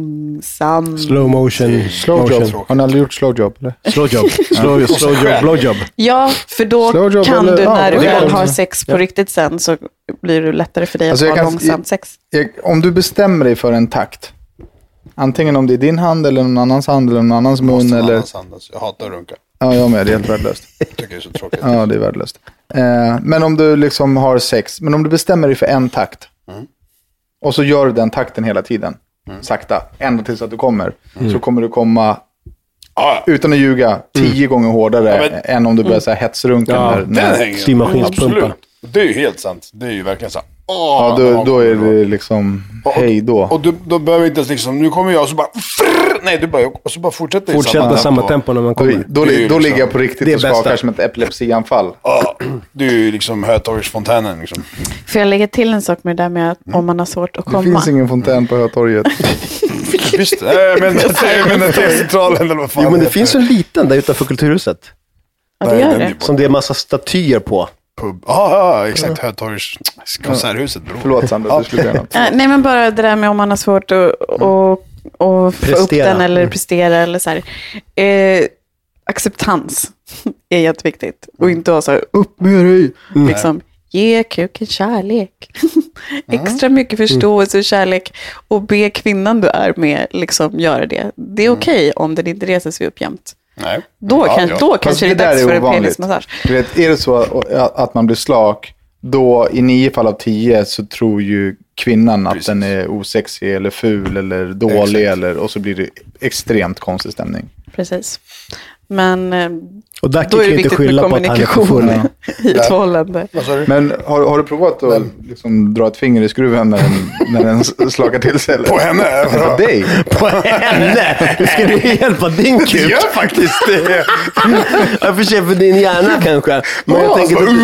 [SPEAKER 1] långsamt.
[SPEAKER 4] Slow motion.
[SPEAKER 5] Slow
[SPEAKER 4] motion.
[SPEAKER 5] job. Har ni aldrig gjort slow job? Eller?
[SPEAKER 4] Slow job. Slow, slow job. Blow job.
[SPEAKER 1] Ja, för då
[SPEAKER 5] Slow job
[SPEAKER 1] kan
[SPEAKER 5] eller-
[SPEAKER 1] du
[SPEAKER 5] ja,
[SPEAKER 1] när du
[SPEAKER 5] det
[SPEAKER 1] väl
[SPEAKER 5] kan-
[SPEAKER 1] har sex på riktigt sen så blir det lättare för dig att
[SPEAKER 5] Alltså, jag
[SPEAKER 1] ha
[SPEAKER 5] kan-
[SPEAKER 1] långsamt sex.
[SPEAKER 5] Jag- Om du bestämmer dig för en takt, antingen om det är din hand eller någon annans hand eller någon annans mun
[SPEAKER 3] måste någon
[SPEAKER 5] eller...
[SPEAKER 3] annans andas. Jag hatar att runka.
[SPEAKER 5] Ja, jag med. Det är helt värdelöst.
[SPEAKER 3] Jag tycker det är så tråkigt.
[SPEAKER 5] Ja, det är värdelöst. Eh, men om du liksom har sex, men om du bestämmer dig för en takt, Och så gör du den takten hela tiden. Sakta. Ända tills att du kommer. Så kommer du komma,
[SPEAKER 3] Ja, ja.
[SPEAKER 5] utan att ljuga, tio gånger hårdare
[SPEAKER 3] Ja, men-
[SPEAKER 5] än om du börjar så här hetsrunka.
[SPEAKER 4] Ja,
[SPEAKER 5] när,
[SPEAKER 3] Den
[SPEAKER 5] när,
[SPEAKER 3] hänger.
[SPEAKER 4] Styrmaskinspumpa.
[SPEAKER 3] Absolut. Det är ju helt sant. Det är ju verkligen sant. Ah, Åh,
[SPEAKER 5] ja, då,
[SPEAKER 3] ja,
[SPEAKER 5] då är det liksom hej då.
[SPEAKER 3] Och du, då behöver inte ens liksom, nu kommer jag och så bara... frrr, nej, du bara, och så bara fortsätter i
[SPEAKER 4] Fortsätt med samma tempo när man
[SPEAKER 5] Då,
[SPEAKER 4] kommer.
[SPEAKER 5] då,
[SPEAKER 3] Det är ju
[SPEAKER 5] då
[SPEAKER 3] liksom-
[SPEAKER 5] ligger jag på
[SPEAKER 4] det
[SPEAKER 5] riktigt
[SPEAKER 4] är
[SPEAKER 5] och skakar
[SPEAKER 4] bästa.
[SPEAKER 5] som ett epilepsianfall.
[SPEAKER 3] Ja, det är ju liksom Hötorgsfontänen liksom.
[SPEAKER 1] Får jag lägga till en sak med det där med att om man har svårt att
[SPEAKER 5] Det
[SPEAKER 1] komma?
[SPEAKER 5] finns ingen fontän på Hötorget.
[SPEAKER 3] Visst, nej men jag menar T-centralen eller vad fan.
[SPEAKER 4] Jo, men det finns en liten där utanför Kulturhuset.
[SPEAKER 1] Ja, det gör det.
[SPEAKER 4] Som det är massa statyer på.
[SPEAKER 3] Pub. Ja, ja, exakt. Hötorgs konserthuset bror.
[SPEAKER 5] Förlåt Sandra, du skulle göra något.
[SPEAKER 1] Eh, Nej, men bara det där med om man har svårt att
[SPEAKER 5] Mm.
[SPEAKER 1] och, och få upp
[SPEAKER 4] Prestera.
[SPEAKER 1] den eller
[SPEAKER 4] Mm.
[SPEAKER 1] prestera eller så här. Eh, acceptans är jätteviktigt.
[SPEAKER 5] Mm.
[SPEAKER 1] Och inte vara så här, upp med dig. Liksom, ge kuken kärlek. Extra mycket
[SPEAKER 4] Mm.
[SPEAKER 1] förståelse och kärlek. Och be kvinnan du är med liksom göra det. Det
[SPEAKER 4] Mm.
[SPEAKER 1] är okej om den inte reser sig upp jämt.
[SPEAKER 3] Nej.
[SPEAKER 1] Då,
[SPEAKER 3] Ja,
[SPEAKER 1] kan,
[SPEAKER 3] ja.
[SPEAKER 1] då
[SPEAKER 5] Fast
[SPEAKER 1] kanske det är
[SPEAKER 5] där
[SPEAKER 1] dags för en
[SPEAKER 5] ovanligt.
[SPEAKER 1] penismassage.
[SPEAKER 5] Du vet, är det så att man blir slak, då i nio fall av tio så tror ju kvinnan att
[SPEAKER 3] Precis.
[SPEAKER 5] den är osexig eller ful eller dålig
[SPEAKER 3] Exakt.
[SPEAKER 5] eller, och så blir det extremt konstig stämning.
[SPEAKER 1] Precis. Men eh,
[SPEAKER 4] Och Dacke
[SPEAKER 1] Då är
[SPEAKER 4] kan
[SPEAKER 1] det
[SPEAKER 4] ju inte
[SPEAKER 1] viktigt
[SPEAKER 4] skylla
[SPEAKER 1] med
[SPEAKER 4] på att han är för
[SPEAKER 1] kommunikation.
[SPEAKER 4] full.
[SPEAKER 1] i ett förhållande.
[SPEAKER 3] Vad sa du?
[SPEAKER 5] Men har, har du provat att liksom, dra ett finger i skruven när den, när den s- slakar till sig? Eller?
[SPEAKER 3] På henne?
[SPEAKER 5] På dig?
[SPEAKER 4] På henne? Hur ska det hjälpa din kuk? Det gör faktiskt det. Jag försöker för din hjärna kanske. Men jag,
[SPEAKER 5] Ja,
[SPEAKER 4] tänker
[SPEAKER 5] så-
[SPEAKER 4] att du,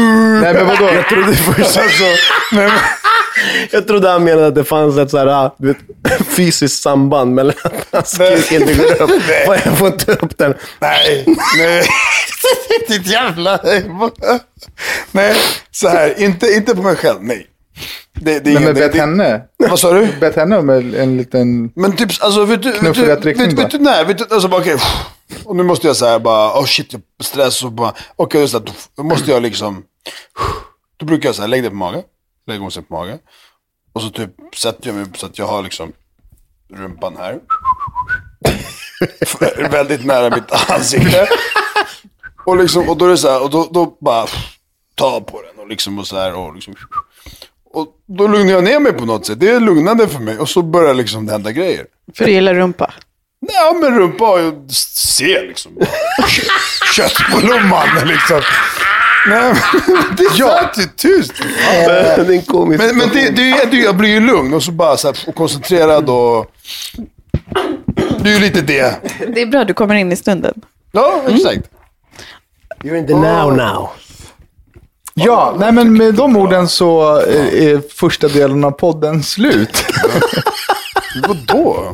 [SPEAKER 5] Nej, men vadå?
[SPEAKER 4] jag trodde först alltså, men, jag trodde han menade att det fanns ett så här, ah, du vet, fysiskt samband mellan att hans kuk inte går upp. Fan, Jag får inte upp den.
[SPEAKER 3] Alltså, uh! Nej, nej. Ditt jävla... Nej, så här. Inte, inte på mig själv, nej. Det, det är
[SPEAKER 5] Nej, men
[SPEAKER 3] ingen- det-
[SPEAKER 5] bett henne.
[SPEAKER 3] det- Vad sa du?
[SPEAKER 5] Bett henne om en, en liten...
[SPEAKER 3] Men typ, alltså vet du... Vet
[SPEAKER 5] Knuff i
[SPEAKER 3] du,
[SPEAKER 5] rätt riktning
[SPEAKER 3] vet,
[SPEAKER 5] bara.
[SPEAKER 3] vet du när? Vet du, alltså bara okej. och nu måste jag säga bara, oh shit, jag har stress och bara, okej just det, då måste jag liksom... Då brukar jag säga, lägg dig på magen. Lägger hon sig på magen. Och så typ sätter jag mig upp så att jag har liksom rumpan här. Väldigt nära mitt ansikte. Och, liksom, och då är det så här, och då, då bara ta på den och liksom och så här och liksom. Och då lugnar jag ner mig på något sätt. Det är lugnande för mig. Och så börjar liksom det hända grejer.
[SPEAKER 1] För du gillar rumpa.
[SPEAKER 3] Ja, men rumpa har ju... Se liksom. Köttblomman liksom. Nej, men det satt ju tyst.
[SPEAKER 4] Det är en komisk
[SPEAKER 3] Men, men det, det, är- det, jag blir ju lugn och så bara så här, och koncentrerad och... Det är ju lite det.
[SPEAKER 1] Det är bra, du kommer in i stunden.
[SPEAKER 3] Ja, exakt.
[SPEAKER 4] You're in the now now.
[SPEAKER 5] Ja, nej men med de orden så eh, är första delen av podden slut.
[SPEAKER 3] Vadå?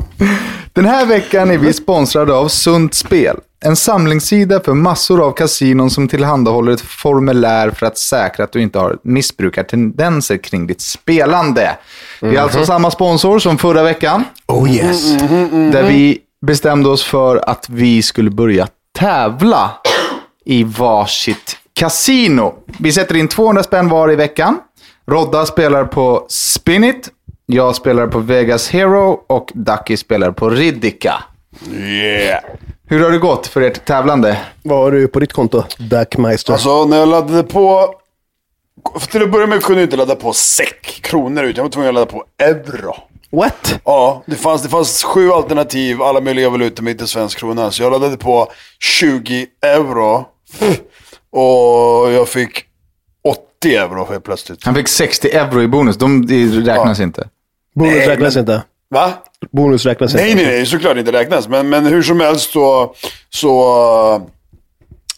[SPEAKER 5] Den här veckan är vi sponsrade av Sunt Spel. En samlingssida för massor av kasinon som tillhandahåller ett formulär för att säkra att du inte har missbrukartendenser kring ditt spelande. Det är alltså samma sponsor som förra veckan,
[SPEAKER 4] Oh yes.
[SPEAKER 5] mm.
[SPEAKER 4] mm,
[SPEAKER 5] där vi bestämde oss för att vi skulle börja tävla i varsitt kasino. Vi sätter in 200 spänn var i veckan. Rodda spelar på Spinit, jag spelar på Vegas Hero och Ducky spelar på Riddica.
[SPEAKER 3] Yeah.
[SPEAKER 5] Hur har det gått för ert tävlande?
[SPEAKER 4] Vad har du på ditt konto? Duckmeister.
[SPEAKER 3] Alltså när jag laddade på... för Till att börja med kunde jag inte ladda på SEK, kronor, utan jag var tvungen att ladda på euro.
[SPEAKER 4] What?
[SPEAKER 3] Ja, det fanns, det fanns sju alternativ, alla möjliga valutor men inte svensk krona. Så jag laddade på 20 euro och jag fick 80 euro helt plötsligt.
[SPEAKER 5] Han fick 60 euro i bonus. De det räknas inte.
[SPEAKER 4] Bonus räknas inte.
[SPEAKER 3] Va?
[SPEAKER 4] Bonus räknas
[SPEAKER 3] Nej,
[SPEAKER 4] inte.
[SPEAKER 3] nej, nej, såklart inte räknas. Men, men hur som helst så... så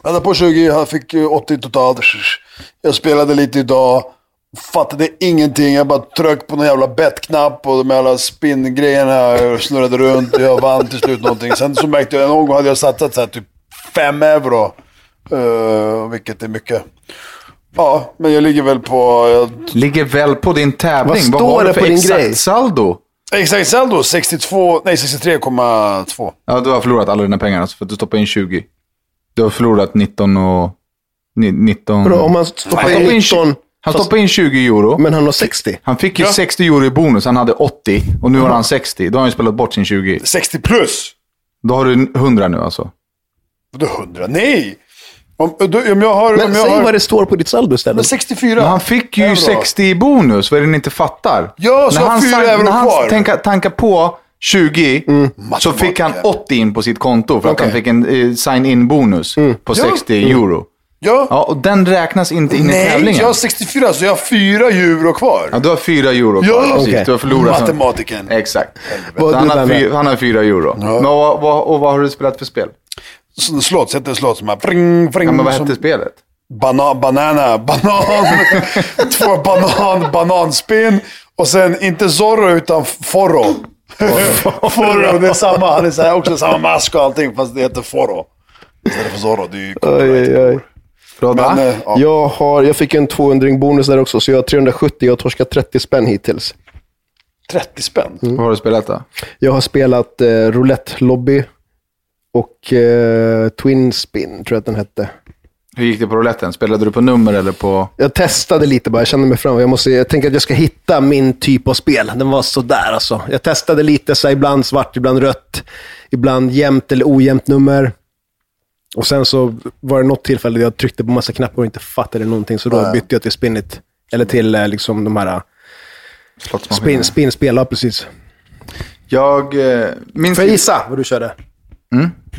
[SPEAKER 3] jag laddade på 20, jag fick eh, 80 totalt. Jag spelade lite idag. Fattade ingenting. Jag bara tryckte på någon jävla bettknapp och de jävla spinngrejerna snurrade runt. och Jag vann till slut någonting. Sen så märkte jag, någon gång hade jag satsat så här, typ 5 euro. eh, vilket är mycket. Ja, men jag ligger väl på... Jag,
[SPEAKER 5] Ligger väl på din tävling.
[SPEAKER 4] Vad står
[SPEAKER 5] har du
[SPEAKER 4] det på
[SPEAKER 5] för
[SPEAKER 4] din
[SPEAKER 5] exakt
[SPEAKER 4] grej?
[SPEAKER 5] saldo?
[SPEAKER 3] exakt saldo 62... Nej, 63,2.
[SPEAKER 5] Ja, du har förlorat alla dina pengar alltså, för att du stoppade in 20. Du har förlorat 19 och... ni- 19...
[SPEAKER 4] Bra, om han
[SPEAKER 5] han
[SPEAKER 4] stoppar
[SPEAKER 5] stoppade in,
[SPEAKER 4] in
[SPEAKER 5] 20
[SPEAKER 4] 19,
[SPEAKER 5] han stoppade in 20 euro.
[SPEAKER 4] men han har 60.
[SPEAKER 5] han fick ju 60 euro i bonus. Han hade 80 och nu har han 60. Då har han ju spelat bort sin 20.
[SPEAKER 3] 60 plus!
[SPEAKER 5] Då har du 100 nu alltså.
[SPEAKER 3] Vadå 100? Nej! Om, du, om jag har...
[SPEAKER 4] Men
[SPEAKER 3] om jag
[SPEAKER 4] säg
[SPEAKER 3] har
[SPEAKER 4] vad det står på ditt saldo
[SPEAKER 3] men
[SPEAKER 4] istället.
[SPEAKER 3] 64.
[SPEAKER 5] Men han fick ju
[SPEAKER 3] euro.
[SPEAKER 5] 60 i bonus, vad är det ni inte fattar?
[SPEAKER 3] Ja, så
[SPEAKER 5] när
[SPEAKER 3] fyra
[SPEAKER 5] sank-
[SPEAKER 3] euro
[SPEAKER 5] När han
[SPEAKER 3] kvar. Mm.
[SPEAKER 5] tanka, tanka på 20 så fick han 80 in på sitt konto för att han
[SPEAKER 3] Okej. Mm.
[SPEAKER 5] fick en eh, sign-in-bonus på 60 euro.
[SPEAKER 3] Ja.
[SPEAKER 5] Ja, och den räknas inte in i
[SPEAKER 3] Nej,
[SPEAKER 5] tävlingen.
[SPEAKER 3] jag har 64, så jag har fyra euro kvar.
[SPEAKER 5] Ja, du har 4 euro kvar.
[SPEAKER 3] Ja.
[SPEAKER 5] precis.
[SPEAKER 4] Okej.
[SPEAKER 5] Du har förlorat. som-
[SPEAKER 3] Matematiken.
[SPEAKER 5] Exakt. Så
[SPEAKER 4] Vad du
[SPEAKER 5] Han
[SPEAKER 4] där
[SPEAKER 5] har,
[SPEAKER 4] med.
[SPEAKER 5] fy, han har 4 euro. Men vad, vad, och vad har du spelat för spel?
[SPEAKER 3] Så Slott, sätter ett slott som här... Pring, pring,
[SPEAKER 5] Ja, men vad
[SPEAKER 3] Mm, som
[SPEAKER 5] hette spelet?
[SPEAKER 3] Banan, banana, banan, två banan, bananspinn och sen inte Zorro utan Forro. Forro, det är samma. Han är så här, också samma mask och allting fast det heter Forro. Istället för Zorro, det är ju
[SPEAKER 8] Aj,
[SPEAKER 3] copyright.
[SPEAKER 8] aj, aj.
[SPEAKER 5] Rodda?
[SPEAKER 3] Men, eh, ja.
[SPEAKER 8] Jag, har, jag fick en 200 bonus där också, så jag har 370. Jag har torskat 30 spänn hittills.
[SPEAKER 3] 30 spänn.
[SPEAKER 5] Vad har du spelat då?
[SPEAKER 8] Jag har spelat eh, Roulette Lobby och eh, Twin Spin, tror jag att den hette.
[SPEAKER 5] Hur gick det på rouletten? Spelade du på nummer eller på...
[SPEAKER 8] Jag testade lite bara, jag kände mig fram. Jag, måste, jag tänker att jag ska hitta min typ av spel. Den var sådär alltså. Jag testade lite, så här, ibland svart, ibland rött, ibland jämnt eller ojämnt nummer. Och sen så var det något tillfälle där jag tryckte på massa knappar och inte fattade någonting, så då bytte jag till Spinit. Eller till eh, liksom de här spin,
[SPEAKER 5] Slottsmaskinen?
[SPEAKER 8] spin, spela, precis.
[SPEAKER 5] Jag eh, minns...
[SPEAKER 8] Får jag gissa vad du körde?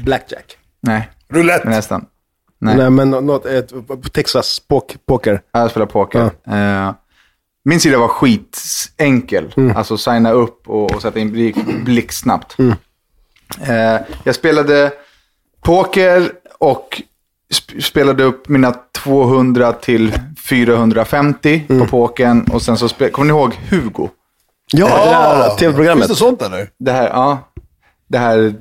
[SPEAKER 8] Blackjack.
[SPEAKER 5] Nej,
[SPEAKER 3] Roulette.
[SPEAKER 5] nästan. Nej.
[SPEAKER 8] Nej, men något, ett, Texas pok- poker.
[SPEAKER 5] Ja, Jag spelar poker. Eh, min sida var skitenkel.
[SPEAKER 8] Mm.
[SPEAKER 5] Alltså signa upp och, och sätta in blick, blixtsnabbt. Eh, jag spelade poker och sp- spelade upp mina 200 till 450
[SPEAKER 8] Mm.
[SPEAKER 5] på pokern. Och sen så spelade, kommer ni ihåg Hugo?
[SPEAKER 8] Ja, det där eh,
[SPEAKER 3] Ah,
[SPEAKER 8] tv-programmet.
[SPEAKER 3] Finns det sånt eller?
[SPEAKER 5] Det här, ja. Det här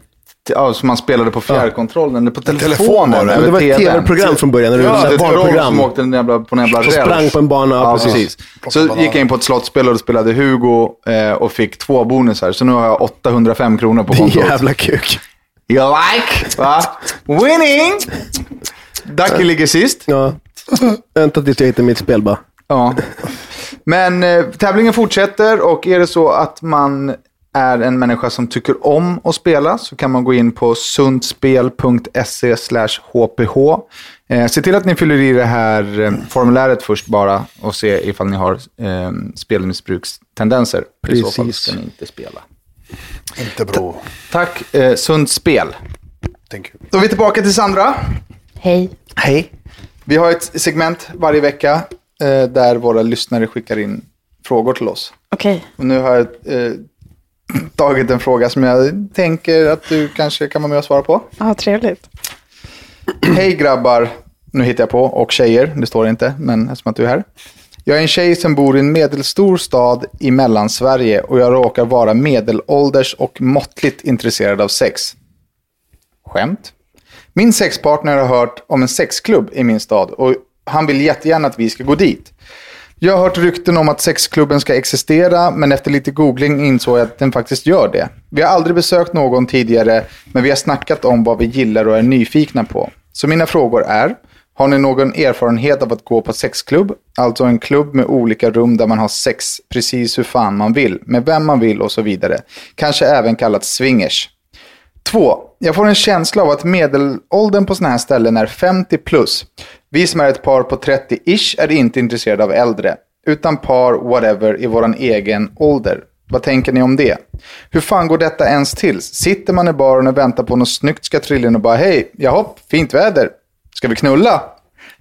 [SPEAKER 5] ja, som man spelade på fjärrkontrollen, eller på telefonen.
[SPEAKER 3] telefon var det.
[SPEAKER 5] över
[SPEAKER 8] Men det var ett
[SPEAKER 5] TV:n.
[SPEAKER 8] tv-program från början. När du
[SPEAKER 5] Ja,
[SPEAKER 8] ja,
[SPEAKER 5] det
[SPEAKER 8] det
[SPEAKER 5] var Rolf som
[SPEAKER 8] barnprogram.
[SPEAKER 5] åkte den jävla, på en jävla
[SPEAKER 8] Som sprang på en bana, ja, precis.
[SPEAKER 5] Så gick jag in på ett slottspel och spelade Hugo eh, och fick två bonusar. Så nu har jag 805 kronor på kontot.
[SPEAKER 8] Jävla kuk.
[SPEAKER 5] You like? Va? Winning! Ducky ligger sist.
[SPEAKER 8] Ja. Vänta tills jag hittar mitt spel bara.
[SPEAKER 5] Ja. Men eh, tävlingen fortsätter och är det så att man är en människa som tycker om att spela så kan man gå in på sundspel.se hph. Eh, se till att ni fyller i det här eh, formuläret först bara och se ifall ni har eh, spelmissbrukstendenser. I så fall
[SPEAKER 8] Precis.
[SPEAKER 5] ska ni inte spela.
[SPEAKER 3] Inte bro.
[SPEAKER 5] Tack, eh, Sunt Spel.
[SPEAKER 3] Thank you.
[SPEAKER 5] Då är vi tillbaka till Sandra.
[SPEAKER 7] Hej.
[SPEAKER 5] Hej. Vi har ett segment varje vecka eh, där våra lyssnare skickar in frågor till oss.
[SPEAKER 1] Okej.
[SPEAKER 5] Och nu har jag eh, tagit en fråga som jag tänker att du kanske kan vara med och svara på.
[SPEAKER 1] Ja, trevligt.
[SPEAKER 5] Hej grabbar, nu hittar jag på, och tjejer, det står inte, men eftersom att du är här. Jag är en tjej som bor i en medelstor stad i Mellansverige och jag råkar vara medelålders och måttligt intresserad av sex. Skämt? Min sexpartner har hört om en sexklubb i min stad och han vill jättegärna att vi ska gå dit. Jag har hört rykten om att sexklubben ska existera, men efter lite googling insåg jag att den faktiskt gör det. Vi har aldrig besökt någon tidigare, men vi har snackat om vad vi gillar och är nyfikna på. Så mina frågor är, har ni någon erfarenhet av att gå på sexklubb? Alltså en klubb med olika rum där man har sex precis hur fan man vill, med vem man vill och så vidare. Kanske även kallat swingers. Två, jag får en känsla av att medelåldern på sådana här ställen är 50 plus. Vi som är ett par på 30-ish är inte intresserade av äldre, utan par whatever i våran egen ålder. Vad tänker ni om det? Hur fan går detta ens till? Sitter man i baren och väntar på något snyggt ska trilla in och bara hej, jaha, fint väder, ska vi knulla?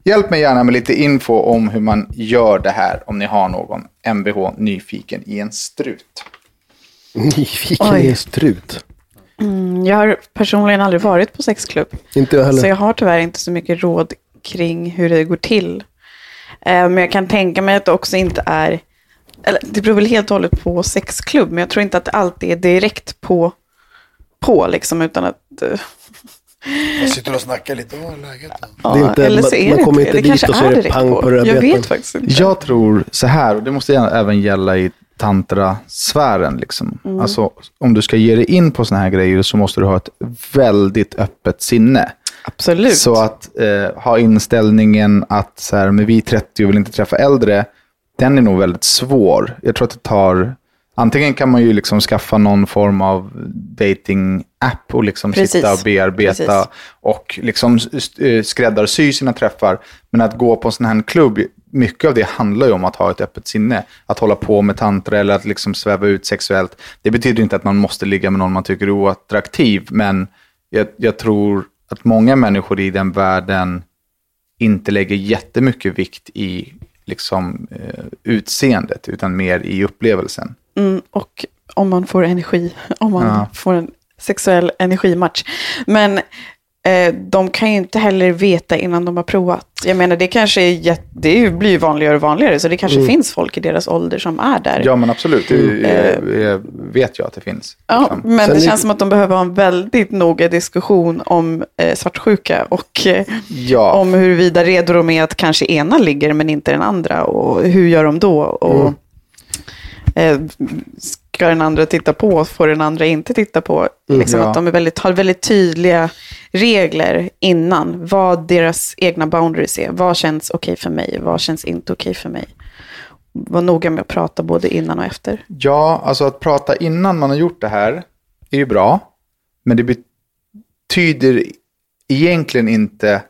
[SPEAKER 5] Hjälp mig gärna med lite info om hur man gör det här om ni har någon. Mvh nyfiken i en strut.
[SPEAKER 8] Nyfiken
[SPEAKER 1] Oj.
[SPEAKER 8] i en strut.
[SPEAKER 1] Mm, Jag har personligen aldrig varit på sexklubb.
[SPEAKER 8] Inte jag
[SPEAKER 1] Så
[SPEAKER 8] heller.
[SPEAKER 1] jag har tyvärr inte så mycket råd kring hur det går till. Eh, Men jag kan tänka mig att det också inte är... Eller, det beror väl helt och hållet på sexklubb, men jag tror inte att det alltid är direkt på, på liksom, utan att... eh,
[SPEAKER 3] Jag sitter och snackar lite. Vad är läget? då?
[SPEAKER 8] Det är inte-
[SPEAKER 1] eller så
[SPEAKER 8] man-
[SPEAKER 1] är
[SPEAKER 8] man
[SPEAKER 1] det
[SPEAKER 8] kommer
[SPEAKER 1] inte
[SPEAKER 8] inte
[SPEAKER 1] det.
[SPEAKER 8] dit
[SPEAKER 1] kanske
[SPEAKER 8] och så är det
[SPEAKER 1] direkt
[SPEAKER 8] pang på
[SPEAKER 1] Jag
[SPEAKER 8] rödbetan.
[SPEAKER 1] vet faktiskt inte.
[SPEAKER 5] Jag tror så här, och det måste gärna även gälla i tantrasfären. Liksom.
[SPEAKER 1] Mm.
[SPEAKER 5] Alltså, om du ska ge dig in på såna här grejer så måste du ha ett väldigt öppet sinne.
[SPEAKER 1] Absolut.
[SPEAKER 5] Så att eh, ha inställningen att så här, men vi 30 och vill inte träffa äldre, den är nog väldigt svår. Jag tror att det tar Antingen kan man ju liksom skaffa någon form av dating-app och liksom
[SPEAKER 1] Precis.
[SPEAKER 5] sitta och bearbeta
[SPEAKER 1] Precis.
[SPEAKER 5] och liksom s- eh, skräddarsy sina träffar. Men att gå på en sån här klubb, mycket av det handlar ju om att ha ett öppet sinne. Att hålla på med tantra eller att liksom sväva ut sexuellt. Det betyder inte att man måste ligga med någon man tycker är oattraktiv, men jag, jag tror att många människor i den världen inte lägger jättemycket vikt i liksom, eh, utseendet, utan mer i upplevelsen.
[SPEAKER 1] Mm, och om man får energi, om man
[SPEAKER 5] Ja.
[SPEAKER 1] får en sexuell energimatch. Men eh, de kan ju inte heller veta innan de har provat. Jag menar, det kanske är jätte, det är ju- blir ju vanligare och vanligare, så det kanske finns folk i deras ålder som är där.
[SPEAKER 5] Ja, men absolut. Det eh, vet jag att det finns.
[SPEAKER 1] Ja,
[SPEAKER 5] liksom.
[SPEAKER 1] men
[SPEAKER 8] Sen
[SPEAKER 1] det
[SPEAKER 8] är-
[SPEAKER 1] känns som att de behöver ha en väldigt noga diskussion om eh, svartsjuka och eh,
[SPEAKER 5] Ja.
[SPEAKER 1] om huruvida redo de är att kanske ena ligger men inte den andra och hur gör de då? Och,
[SPEAKER 5] Mm.
[SPEAKER 1] eh, ska den andra titta på? Får den andra inte titta på? Liksom
[SPEAKER 5] Mm, ja.
[SPEAKER 1] att de är väldigt, har väldigt tydliga regler innan. Vad deras egna boundaries är. Vad känns okej för mig? Vad känns inte okej för mig? Var noga med att prata både innan och efter.
[SPEAKER 5] Ja, alltså att prata innan man har gjort det här är ju bra. Men det betyder egentligen inte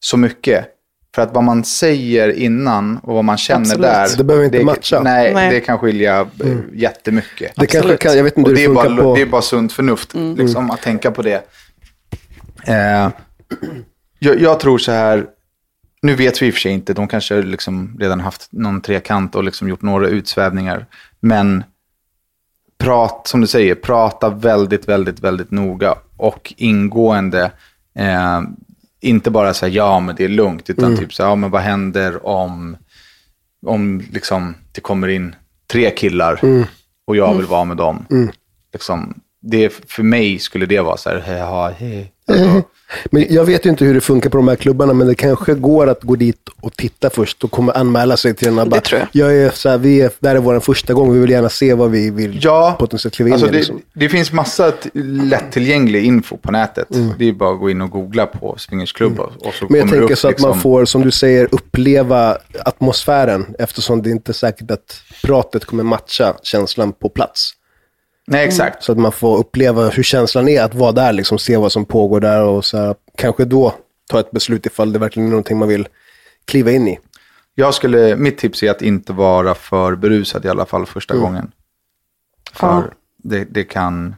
[SPEAKER 5] så mycket. För att vad man säger innan och vad man känner
[SPEAKER 1] Absolut.
[SPEAKER 5] där.
[SPEAKER 8] Det behöver inte matcha.
[SPEAKER 5] Nej,
[SPEAKER 1] Nej.
[SPEAKER 5] det kan skilja eh, jättemycket.
[SPEAKER 8] Det kanske kan, jag vet inte
[SPEAKER 5] Och
[SPEAKER 8] hur det,
[SPEAKER 5] det, är
[SPEAKER 8] funkar
[SPEAKER 5] bara,
[SPEAKER 8] på... Mm.
[SPEAKER 5] det är bara sunt förnuft, liksom, att tänka på det. Eh, jag, jag tror så här, nu vet vi i och för sig inte, de kanske liksom redan haft någon trekant och liksom gjort några utsvävningar. Men prat, som du säger, prata väldigt, väldigt, väldigt noga och ingående. Eh, inte bara så här, ja men det är lugnt, utan
[SPEAKER 8] Mm.
[SPEAKER 5] typ så här, ja men vad händer om om liksom, det kommer in tre killar
[SPEAKER 8] Mm.
[SPEAKER 5] och jag vill vara med dem. Liksom, det, för mig skulle det vara så här, ja, hej. Alltså,
[SPEAKER 8] Men jag vet ju inte hur det funkar på de här klubbarna, men det kanske går att gå dit och titta först och komma anmäla sig till den här. bara,
[SPEAKER 1] tror jag.
[SPEAKER 8] är så här, vi är, det här är vår första gång, vi vill gärna se vad vi vill
[SPEAKER 5] ja,
[SPEAKER 8] potentiellt kliva in
[SPEAKER 5] alltså
[SPEAKER 8] i.
[SPEAKER 5] det,
[SPEAKER 8] Liksom.
[SPEAKER 5] det finns massa t- lättillgänglig info på nätet. Det är bara att gå in och googla på swingersklubbar. Och så
[SPEAKER 8] Mm. Men jag
[SPEAKER 5] kommer det
[SPEAKER 8] tänker
[SPEAKER 5] upp,
[SPEAKER 8] så att man
[SPEAKER 5] liksom-
[SPEAKER 8] får, som du säger, uppleva atmosfären, eftersom det inte är säkert att pratet kommer matcha känslan på plats.
[SPEAKER 5] Nej, exakt.
[SPEAKER 8] Så att man får uppleva hur känslan är att vara där, liksom, se vad som pågår där och så här, kanske då ta ett beslut ifall det verkligen är någonting man vill kliva in i.
[SPEAKER 5] Jag skulle, mitt tips är att inte vara för berusad i alla fall
[SPEAKER 8] Mm.
[SPEAKER 5] första gången. För
[SPEAKER 1] Ja.
[SPEAKER 5] det, det kan...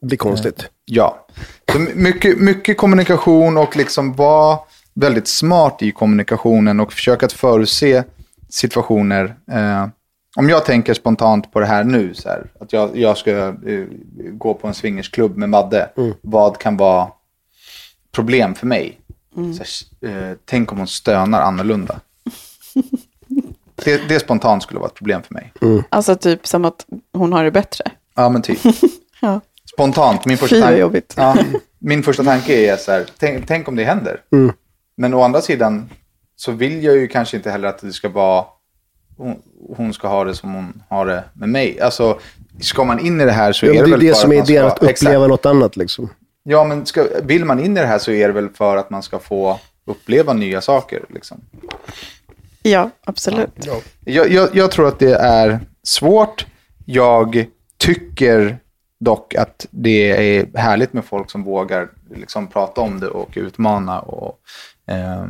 [SPEAKER 8] Det blir konstigt.
[SPEAKER 5] Ja. Så my- mycket, mycket kommunikation och liksom vara väldigt smart i kommunikationen och försöka att förutse situationer. Eh, om jag tänker spontant på det här nu, så här, att jag, jag ska eh, gå på en swingersklubb med Madde, vad kan vara problem för mig? Så här, eh, tänk om hon stönar annorlunda. Det, det spontant skulle vara ett problem för mig.
[SPEAKER 1] Alltså typ som att hon har det bättre.
[SPEAKER 5] Ja, men typ.
[SPEAKER 1] Ja.
[SPEAKER 5] Spontant, min första
[SPEAKER 1] Fy, vad
[SPEAKER 5] tanke...
[SPEAKER 1] jobbigt.
[SPEAKER 5] Ja, min första tanke är så här, tänk, tänk om det händer.
[SPEAKER 8] Mm.
[SPEAKER 5] Men å andra sidan så vill jag ju kanske inte heller att det ska vara... Hon, hon ska ha det som hon har det med mig. Alltså, ska man in i det här så
[SPEAKER 8] Ja,
[SPEAKER 5] är
[SPEAKER 8] men det
[SPEAKER 5] det,
[SPEAKER 8] är
[SPEAKER 5] väl
[SPEAKER 8] ju det
[SPEAKER 5] för
[SPEAKER 8] som är
[SPEAKER 5] man ska-
[SPEAKER 8] idén, att uppleva
[SPEAKER 5] Exakt.
[SPEAKER 8] något annat. Liksom.
[SPEAKER 5] Ja, men ska, vill man in i det här så är det väl för att man ska få uppleva nya saker. Liksom.
[SPEAKER 1] Ja, absolut.
[SPEAKER 5] Jag, jag, jag tror att det är svårt. Jag tycker dock att det är härligt med folk som vågar liksom prata om det och utmana och eh,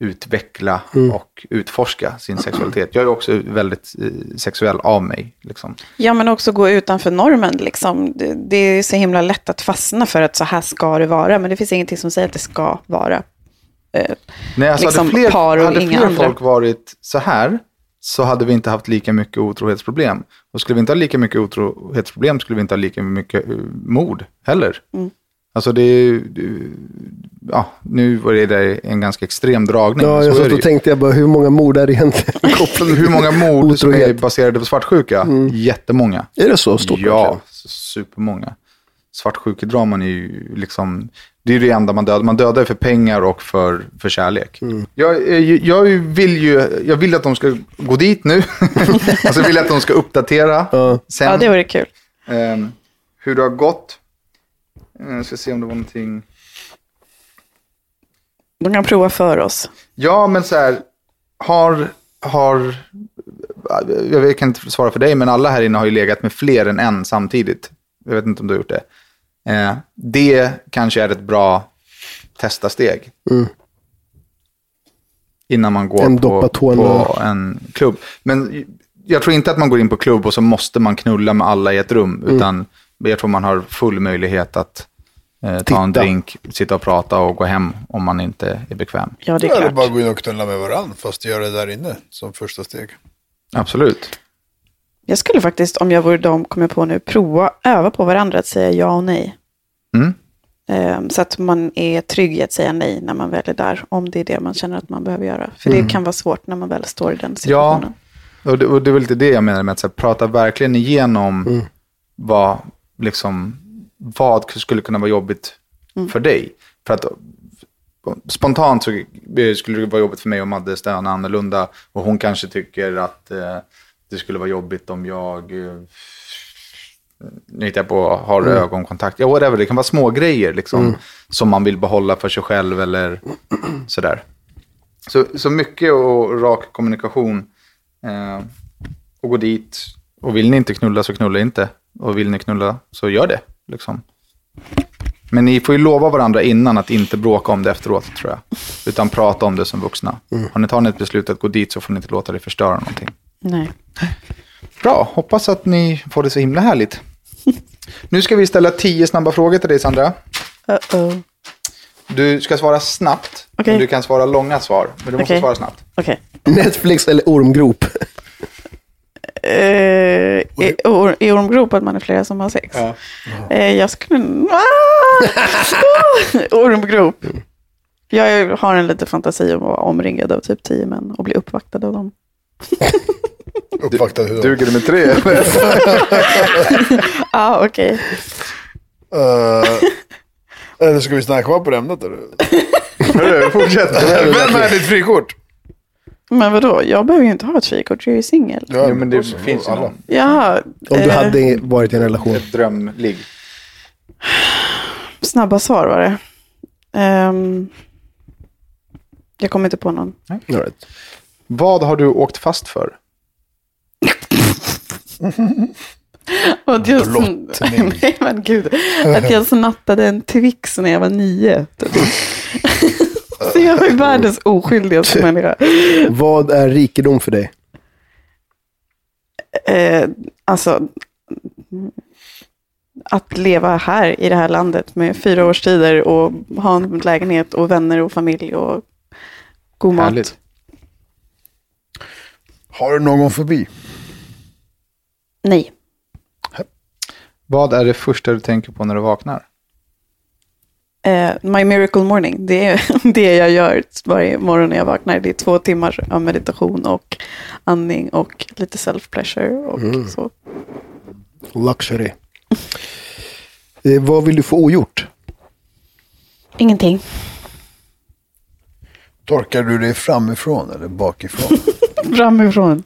[SPEAKER 5] utveckla och utforska sin sexualitet. Jag är också väldigt eh, sexuell av mig. Liksom.
[SPEAKER 1] Ja, men också gå utanför normen. Liksom. Det, det är så himla lätt att fastna för att så här ska det vara, men det finns ingenting som säger att det ska vara. Eh,
[SPEAKER 5] Nej, alltså
[SPEAKER 1] Liksom
[SPEAKER 5] hade fler,
[SPEAKER 1] par och
[SPEAKER 5] hade
[SPEAKER 1] inga
[SPEAKER 5] fler
[SPEAKER 1] andra.
[SPEAKER 5] folk varit så här så hade vi inte haft lika mycket otrohetsproblem. Och skulle vi inte ha lika mycket otrohetsproblem skulle vi inte ha lika mycket eh, mord heller.
[SPEAKER 1] Mm.
[SPEAKER 5] Alltså det är ju... det- Ja, nu var det där en ganska extrem dragning.
[SPEAKER 8] Ja,
[SPEAKER 5] men så
[SPEAKER 8] jag
[SPEAKER 5] är
[SPEAKER 8] satt
[SPEAKER 5] det ju.
[SPEAKER 8] och tänkte jag bara, hur många mord är det egentligen?
[SPEAKER 5] Hur många mord som är
[SPEAKER 8] Otrohet. Mm.
[SPEAKER 5] baserade på svartsjuka? Jättemånga.
[SPEAKER 8] Är det så stort?
[SPEAKER 5] Ja, supermånga. Svartsjukedraman är ju liksom, det är ju det enda man dödar. Man dödar ju för pengar och för, för kärlek. Jag, eh, jag vill ju, jag vill att de ska gå dit nu. och så vill jag att de ska uppdatera sen
[SPEAKER 1] ja, det vore kul.
[SPEAKER 5] ehm, hur det har gått. Eh, ska se om det var någonting.
[SPEAKER 1] De kan prova för oss.
[SPEAKER 5] Ja, men så här, har, har, jag kan inte svara för dig, men alla här inne har ju legat med fler än en samtidigt. Jag vet inte om du har gjort det. Eh, det kanske är ett bra testasteg. Innan man går
[SPEAKER 8] Mm. En
[SPEAKER 5] på,
[SPEAKER 8] doppa tårna.
[SPEAKER 5] på en klubb. Men jag tror inte att man går in på klubb och så måste man knulla med alla i ett rum.
[SPEAKER 8] Mm.
[SPEAKER 5] Utan jag tror man har full möjlighet att eh, ta en
[SPEAKER 8] Titta.
[SPEAKER 5] drink, sitta och prata och gå hem om man inte är bekväm.
[SPEAKER 1] Ja, det
[SPEAKER 3] Eller
[SPEAKER 1] är
[SPEAKER 3] bara
[SPEAKER 1] klart.
[SPEAKER 3] gå in och knulla med varandra, fast göra det där inne som första steg.
[SPEAKER 5] Absolut.
[SPEAKER 1] Jag skulle faktiskt, om jag vore dem, kommer jag på nu, prova, öva på varandra att säga ja och nej.
[SPEAKER 5] Mm.
[SPEAKER 1] Ehm, Så att man är trygg i att säga nej när man väl är där, om det är det man känner att man behöver göra. För det kan vara svårt när man väl står i den
[SPEAKER 5] Ja,
[SPEAKER 1] situationen.
[SPEAKER 5] och det, och det är väl lite det jag menar med att så här, prata verkligen igenom vad, liksom, vad skulle kunna vara jobbigt för dig. För att spontant så eh, skulle det vara jobbigt för mig om Madde stannade annorlunda och hon kanske tycker att eh, det skulle vara jobbigt om jag eh, nu hittar jag på har ögonkontakt. Ja, whatever, det kan vara små grejer liksom, som man vill behålla för sig själv eller sådär. Så, så mycket och rak kommunikation. Eh, och gå dit. Och vill ni inte knulla så knulla inte. Och vill ni knulla så gör det. Liksom. Men ni får ju lova varandra innan att inte bråka om det efteråt, tror jag. Utan prata om det som vuxna.
[SPEAKER 1] Mm.
[SPEAKER 5] Har ni tagit ett beslut att gå dit så får ni inte låta det förstöra någonting.
[SPEAKER 1] Nej.
[SPEAKER 5] Bra, hoppas att ni får det så himla härligt. Nu ska vi ställa tio snabba frågor till dig, Sandra.
[SPEAKER 1] Uh-oh.
[SPEAKER 5] Du ska svara snabbt.
[SPEAKER 1] Okej.
[SPEAKER 5] men Du kan svara långa svar, men du måste
[SPEAKER 1] Okej.
[SPEAKER 5] svara snabbt.
[SPEAKER 1] Okej.
[SPEAKER 8] Netflix eller ormgrop?
[SPEAKER 1] Eh, i- or- I ormgrop att man är flera som har sex. Eh, jag skulle... Ah! ormgrop. Jag har en liten fantasi om att vara omringad av typ tio män och bli uppvaktad av dem.
[SPEAKER 3] Uppvaktad hur?
[SPEAKER 5] Duger det med tre? eller?
[SPEAKER 1] Ja, ah, okej.
[SPEAKER 3] Eh, Eller ska vi stanna kvar på det ämnet? Eller?
[SPEAKER 5] Hörru, Fortsätt.
[SPEAKER 3] Vem är ditt frikort?
[SPEAKER 1] Men vadå, jag behöver ju inte ha ett frikort, jag är ju singel.
[SPEAKER 3] Ja,
[SPEAKER 5] Jo, men det finns ju någon.
[SPEAKER 1] Jaha,
[SPEAKER 8] Om du
[SPEAKER 1] eh,
[SPEAKER 8] hade varit i en relation.
[SPEAKER 5] Ett drömligg.
[SPEAKER 1] snabba svar var det. Ehm, jag kommer inte på någon.
[SPEAKER 8] All right.
[SPEAKER 5] Vad har du åkt fast för?
[SPEAKER 1] Att jag, sn-
[SPEAKER 3] Blottning.
[SPEAKER 1] Nej, men gud. Att jag snattade en Twix när jag var nio. Typ. Så jag var ju världens oskyldigaste människa.
[SPEAKER 8] Vad är rikedom för dig?
[SPEAKER 1] Eh, alltså, att leva här i det här landet med fyra års tider och ha en lägenhet och vänner och familj och god mat.
[SPEAKER 5] Härligt.
[SPEAKER 3] Har du någon förbi?
[SPEAKER 1] Nej.
[SPEAKER 5] Vad är det första du tänker på när du vaknar?
[SPEAKER 1] Eh, My Miracle Morning, det är det jag gör varje morgon när jag vaknar. Det är två timmar av meditation och andning och lite self-pleasure och så.
[SPEAKER 8] Luxury. Eh, vad vill du få ogjort?
[SPEAKER 1] Ingenting.
[SPEAKER 3] Torkar du dig framifrån eller bakifrån?
[SPEAKER 1] Framifrån.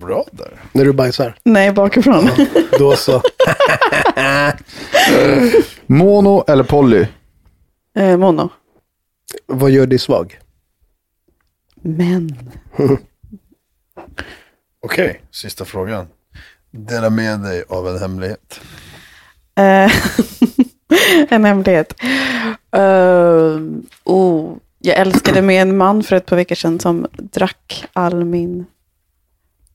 [SPEAKER 3] Bra där.
[SPEAKER 8] När du bajsar?
[SPEAKER 1] Nej, bakifrån.
[SPEAKER 8] Då så.
[SPEAKER 5] Mono eller poly?
[SPEAKER 1] Eh, mono.
[SPEAKER 8] vad gör dig svag?
[SPEAKER 1] Men.
[SPEAKER 3] Okej, sista frågan. Dela med dig av en hemlighet.
[SPEAKER 1] Eh, en hemlighet. Eh, oh, jag älskade med en man för ett par veckor sedan som drack all min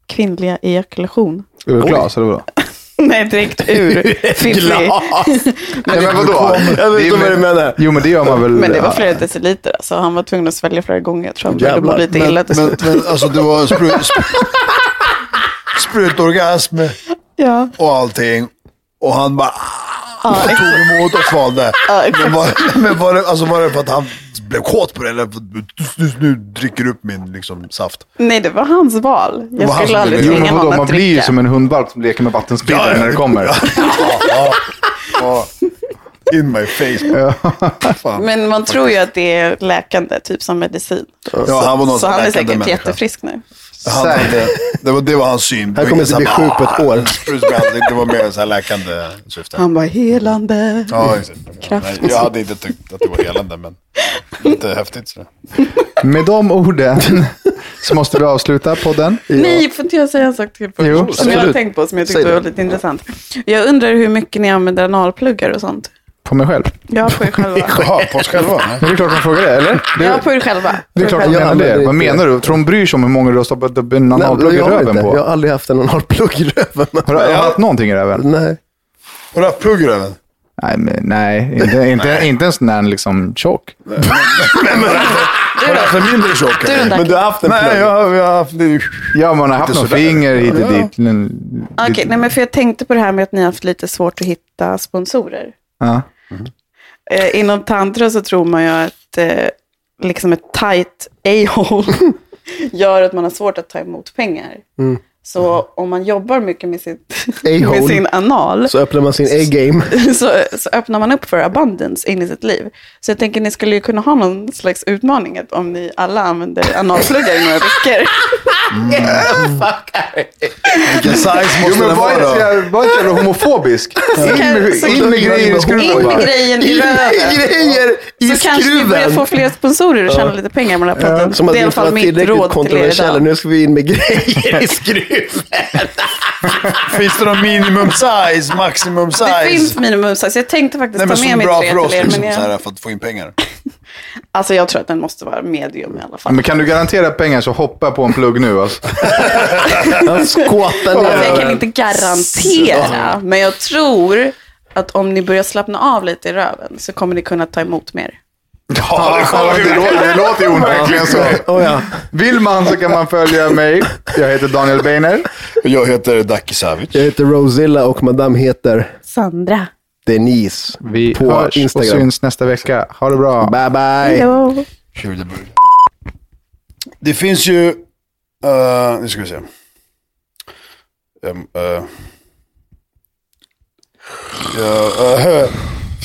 [SPEAKER 1] kvinnliga ejakulation.
[SPEAKER 5] Ur glas, eller vadå?
[SPEAKER 1] Nej, direkt ur. Fiffig.
[SPEAKER 5] Nej, men vadå?
[SPEAKER 8] Jag vet
[SPEAKER 5] Det är
[SPEAKER 8] inte vad
[SPEAKER 5] med-
[SPEAKER 8] du menar.
[SPEAKER 5] Jo, men det gör man väl.
[SPEAKER 1] Men det var flera deciliter, alltså. han var tvungen att svälja flera gånger. Jag tror han började må
[SPEAKER 8] Jävlar.
[SPEAKER 1] lite
[SPEAKER 8] Men-
[SPEAKER 1] illa till
[SPEAKER 3] Men,
[SPEAKER 1] slut.
[SPEAKER 3] men alltså det var en sprut, sp- sprutorgasm
[SPEAKER 1] Ja,
[SPEAKER 3] och allting. Och han bara
[SPEAKER 1] ja, ex-
[SPEAKER 3] tog emot och svalde.
[SPEAKER 1] ja, exakt.
[SPEAKER 3] Men, var, men var, det, alltså var det för att han blev kåt på det eller för att du, du, nu dricker du upp min liksom, saft?
[SPEAKER 1] Nej, det var hans val. Jag
[SPEAKER 3] var han
[SPEAKER 1] skulle
[SPEAKER 3] som
[SPEAKER 1] aldrig
[SPEAKER 3] ville-
[SPEAKER 5] Jo,
[SPEAKER 1] tvinga
[SPEAKER 5] men vadå?
[SPEAKER 1] någon
[SPEAKER 5] Man
[SPEAKER 1] att
[SPEAKER 5] blir ju
[SPEAKER 1] dricka.
[SPEAKER 5] som en hundvalp som leker med vattenspridare när det kommer.
[SPEAKER 3] In my face. Fan.
[SPEAKER 1] Men man tror ju att det är läkande, typ som medicin.
[SPEAKER 3] ja, han var någon
[SPEAKER 1] Så han är
[SPEAKER 3] läkande
[SPEAKER 1] säkert
[SPEAKER 3] människa.
[SPEAKER 1] jättefrisk nu.
[SPEAKER 3] Han hade, det, var, det var hans syn.
[SPEAKER 8] Han kommer inte bli sjuk på ett år.
[SPEAKER 3] Sprutbehandling, det var mer så här läkande syfte.
[SPEAKER 1] Han var helande.
[SPEAKER 3] Ja, exakt.
[SPEAKER 1] Kraft.
[SPEAKER 3] Nej, Jag hade inte tyckt att det var helande, men lite häftigt. sådär.
[SPEAKER 5] Med de orden så måste vi avsluta podden.
[SPEAKER 1] Nej, får inte jag säga en sak till först?
[SPEAKER 5] Jo,
[SPEAKER 1] som jag har
[SPEAKER 5] absolut.
[SPEAKER 1] tänkt på, som jag
[SPEAKER 5] Säg
[SPEAKER 1] tyckte
[SPEAKER 5] det.
[SPEAKER 1] var lite intressant. Jag undrar hur mycket ni använder analpluggar och sånt.
[SPEAKER 5] På mig själv.
[SPEAKER 1] Jag på er själva.
[SPEAKER 3] Jaha, på oss själva? nej.
[SPEAKER 5] Men det är klart hon frågar det, eller? Det,
[SPEAKER 1] Jag på er själva.
[SPEAKER 5] det är klart hon
[SPEAKER 8] Jag
[SPEAKER 5] menar
[SPEAKER 8] använder
[SPEAKER 5] det. Vad
[SPEAKER 8] inte-
[SPEAKER 5] menar du? Tror hon bryr sig om hur många du har stoppat upp en
[SPEAKER 8] Nej,
[SPEAKER 5] analplugg i
[SPEAKER 8] jag, har
[SPEAKER 5] röven
[SPEAKER 8] inte. jag har
[SPEAKER 5] på?
[SPEAKER 8] aldrig haft en analplugg i röven.
[SPEAKER 5] Har du har du haft någonting i röven?
[SPEAKER 8] Nej.
[SPEAKER 3] Har du haft plugg i röven?
[SPEAKER 5] Nej, men, nej. Inte, inte, inte ens när den liksom tjock.
[SPEAKER 3] Har du haft en mindre tjock? eller?
[SPEAKER 1] den där.
[SPEAKER 8] Men du har haft en plugg?
[SPEAKER 3] Nej, jag, har- jag har haft...
[SPEAKER 5] Ja, man har haft
[SPEAKER 3] Inte
[SPEAKER 5] någon
[SPEAKER 3] sådär.
[SPEAKER 5] finger hit och dit.
[SPEAKER 1] Okej, nej men för jag tänkte på det här med att ni har haft lite svårt att hitta sponsorer.
[SPEAKER 5] Ja.
[SPEAKER 1] Eh, inom tantra så tror man ju att eh, liksom ett tight a-hole gör att man har svårt att ta emot pengar. Så om man jobbar mycket med, sitt, med
[SPEAKER 8] Mm. A-hole.
[SPEAKER 1] sin anal
[SPEAKER 8] Så öppnar man sin A-game.
[SPEAKER 1] så, så öppnar man upp för abundance in i sitt liv. Så jag tänker ni skulle ju kunna ha någon slags utmaning att om ni alla använder analpluggar i några veckor.
[SPEAKER 3] Vilken size
[SPEAKER 5] Jo,
[SPEAKER 3] måste
[SPEAKER 5] men
[SPEAKER 3] den
[SPEAKER 5] var
[SPEAKER 3] vara
[SPEAKER 5] inte så
[SPEAKER 3] då?
[SPEAKER 5] jävla- var inte så jävla homofobisk. In med-
[SPEAKER 1] så-
[SPEAKER 5] In med grejer i skruven
[SPEAKER 1] In
[SPEAKER 5] bara.
[SPEAKER 1] med grejen i röven.
[SPEAKER 8] Grejer i
[SPEAKER 1] Så kanske vi börjar få fler sponsorer och tjäna lite pengar med den här podden.
[SPEAKER 8] Som att
[SPEAKER 1] det är
[SPEAKER 8] vi
[SPEAKER 1] i alla
[SPEAKER 8] inte var
[SPEAKER 1] fall mitt
[SPEAKER 8] tillräckligt
[SPEAKER 1] råd till er
[SPEAKER 8] kontroversiella.
[SPEAKER 1] idag.
[SPEAKER 8] Nu ska vi in med grejer i skruven.
[SPEAKER 3] Finns det någon minimum size, maximum size?
[SPEAKER 1] Det finns minimumsize. Jag tänkte faktiskt
[SPEAKER 3] Nej, men
[SPEAKER 1] ta
[SPEAKER 3] som är
[SPEAKER 1] med mig
[SPEAKER 3] bra
[SPEAKER 1] tre
[SPEAKER 3] för oss,
[SPEAKER 1] till er.
[SPEAKER 3] liksom,
[SPEAKER 1] men
[SPEAKER 3] så
[SPEAKER 1] jag,
[SPEAKER 3] här, för att få in pengar.
[SPEAKER 1] alltså jag tror att den måste vara medium i alla
[SPEAKER 5] Ja,
[SPEAKER 1] fall.
[SPEAKER 5] Men kan du garantera pengar så hoppa på en plugg nu. Alltså.
[SPEAKER 8] Skåta
[SPEAKER 1] Alltså jag kan
[SPEAKER 8] ner.
[SPEAKER 1] inte garantera, men jag tror att om ni börjar slappna av lite i röven så kommer ni kunna ta emot mer.
[SPEAKER 3] Ja, det kommer
[SPEAKER 5] det,
[SPEAKER 3] ju.
[SPEAKER 5] låter, det låter ju onekligen så.
[SPEAKER 8] Oh, ja.
[SPEAKER 5] Vill man så kan man följa mig. Jag heter Daniel Beiner.
[SPEAKER 3] Jag heter Daki Savic.
[SPEAKER 8] Jag heter Rosilla och madame heter
[SPEAKER 1] Sandra.
[SPEAKER 8] Denise.
[SPEAKER 5] Vi
[SPEAKER 8] på
[SPEAKER 5] hörs och
[SPEAKER 8] Instagram.
[SPEAKER 5] syns nästa vecka. Ha det bra.
[SPEAKER 8] Bye bye.
[SPEAKER 1] Hej.
[SPEAKER 3] Krudeburg. Det finns ju... eh, nu ska vi se. Um, uh, jag uh,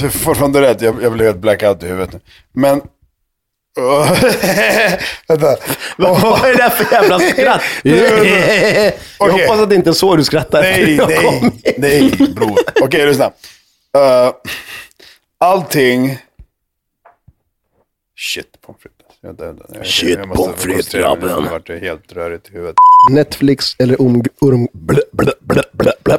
[SPEAKER 3] är fortfarande rädd. Jag, jag blev helt blackout i huvudet nu. Men... Uh, vänta.
[SPEAKER 8] Vad är det där för jävla skratt? Jag
[SPEAKER 3] Okej.
[SPEAKER 8] hoppas att det inte är så du skrattar.
[SPEAKER 3] Nej,
[SPEAKER 8] Jag kom.
[SPEAKER 3] nej, nej, bror. Okej, lyssna. Eh, allting... Shit, pommes frites. Vänta, vänta. Jag- jag-
[SPEAKER 8] Shit,
[SPEAKER 3] jag måste-
[SPEAKER 8] pommes frites,
[SPEAKER 3] jag måste-
[SPEAKER 8] grabben.
[SPEAKER 3] Nu vart det helt rörigt i huvudet.
[SPEAKER 8] Netflix eller orm... orm blä, blä, blä, blä, blä.